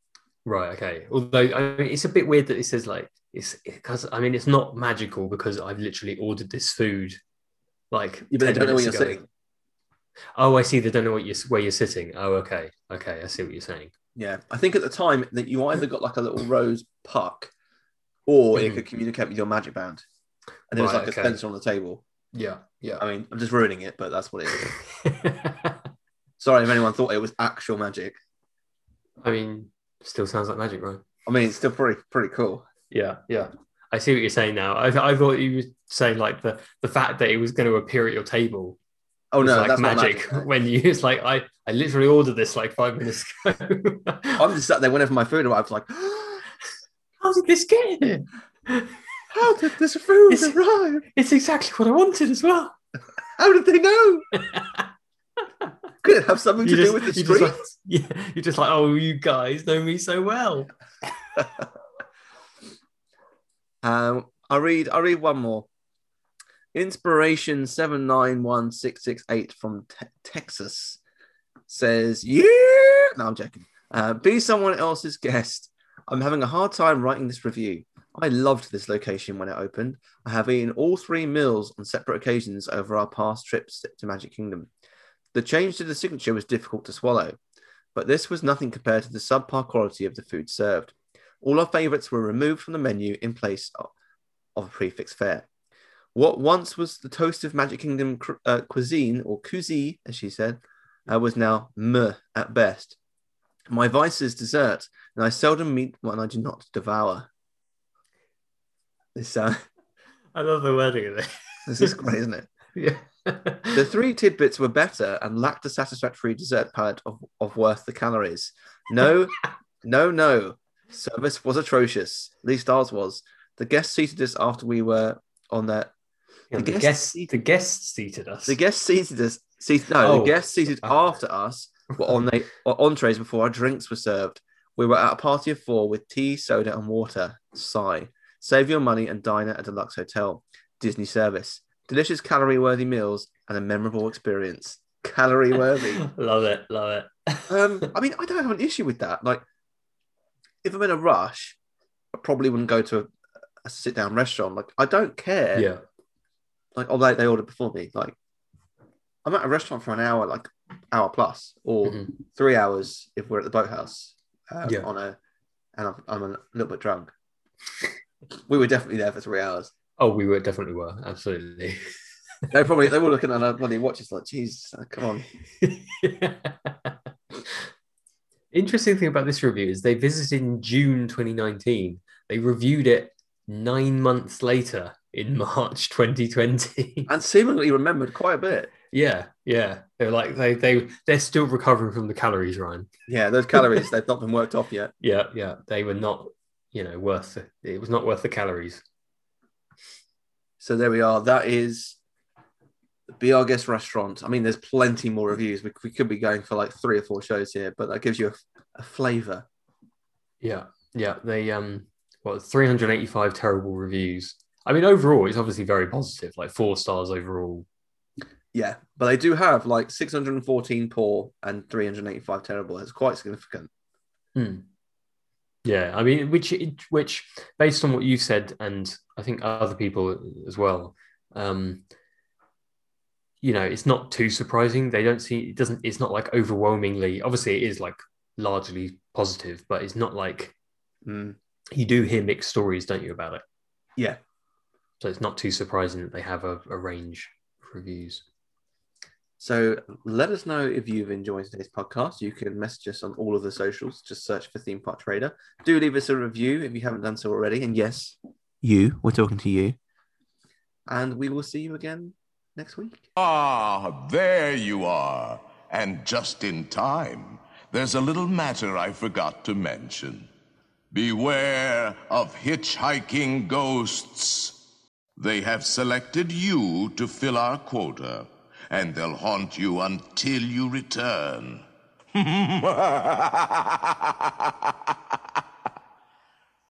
Right. Okay. Although I mean, it's a bit weird that it says like it's because I mean it's not magical because I've literally ordered this food, like
Yeah, but they
10
don't know where you're
minutes ago.
sitting.
Oh, I see. They don't know what you're, where you're sitting. Oh, okay. Okay. I see what you're saying.
Yeah, I think at the time that you either got like a little rose puck, or it could communicate with your magic band, and there was
Mm. Right,
like
okay.
a sensor on the table.
Yeah. Yeah.
I mean, I'm just ruining it, but that's what it is. Sorry if anyone thought it was actual magic.
I mean, still sounds like magic, right?
I mean, it's still pretty pretty cool.
Yeah, yeah. I see what you're saying now. I, I thought you were saying like the, the fact that it was going to appear at your table
Oh
was
no,
like
that's not
magic.
magic.
when you it's like I, I literally ordered this like five minutes ago.
I'm just sat there whenever my food arrives, like,
How did this get here?
how did this food
It's-
arrive?
It's exactly what I wanted as well.
How did they know? Could it have something to do with the
you just
street?
like, yeah, you're just like, oh, you guys know me so well.
Um, I read. I read one more. Inspiration seven nine one six six eight from te- Texas says, "Yeah." No, I'm joking. Uh, be someone else's guest. I'm having a hard time writing this review. I loved this location when it opened. I have eaten all three meals on separate occasions over our past trips to Magic Kingdom. The change to the signature was difficult to swallow, but this was nothing compared to the subpar quality of the food served. All our favourites were removed from the menu in place of, of a prefix fare. What once was the toast of Magic Kingdom cr- uh, cuisine, or cuisine, as she said, uh, was now meh at best. My vice is dessert, and I seldom meet one I do not devour. This, sound,
I love the wording of it.
this is great, isn't it?
Yeah.
The three tidbits were better and lacked a satisfactory dessert palette of, of worth the calories. No, no, no. Service was atrocious. At least ours was. The guests seated us after we were on their.
Yeah,
the
the,
guest
guests,
seat-
the guests seated us.
The guests seated us. Seated, no,
Oh.
the guests seated
Oh.
after us were on the or entrees before our drinks were served. We were at a party of four with tea, soda, and water. Sigh. Save your money and dine at a deluxe hotel. Disney service. Delicious calorie worthy meals and a memorable experience. Calorie worthy.
love it, love it.
Um, I mean, I don't have an issue with that. Like, if I'm in a rush, I probably wouldn't go to a, a sit down restaurant. Like, I don't care.
yeah,
Like, although they ordered before me. Like, I'm at a restaurant for an hour, like hour plus, or
Mhm.
three hours if we're at the boathouse. Um,
Yeah.
On a, and I'm, I'm a little bit drunk. we were definitely there for three hours.
Oh, we were definitely were absolutely.
They probably they were looking at our bloody watches like, "Jeez, come on."
Interesting thing about this review is they visited in June 2019. They reviewed it nine months later in March 2020.
And seemingly remembered quite a bit.
yeah, yeah. They're like they they they're still recovering from the calories, Ryan.
Yeah, those calories they've not been worked off yet.
Yeah, yeah. They were not, you know, worth it. It was not worth the calories.
So there we are. That is Be Our Guest Restaurant. I mean, there's plenty more reviews. We, we could be going for like three or four shows here, but that gives you a, a flavor.
Yeah, yeah. They um, what 385 terrible reviews. I mean, overall, it's obviously very positive, like four stars overall.
Yeah. But they do have like 614 poor and 385 terrible. It's quite significant.
Hmm. Yeah, I mean, which which based on what you've said, and I think other people as well, um, you know, it's not too surprising. They don't see it doesn't. It's not like overwhelmingly. Obviously, it is like largely positive, but it's not like
Mm.
you do hear mixed stories, don't you, about it?
Yeah.
So it's not too surprising that they have a, a range of reviews.
So let us know if you've enjoyed today's podcast. You can message us on all of the socials. Just search for Theme Park Trader. Do leave us a review if you haven't done so already. And yes, you, we're talking to you. And we will see you again next week.
Ah, there you are. And just in time. There's a little matter I forgot to mention. Beware of hitchhiking ghosts. They have selected you to fill our quota, and they'll haunt you until you return.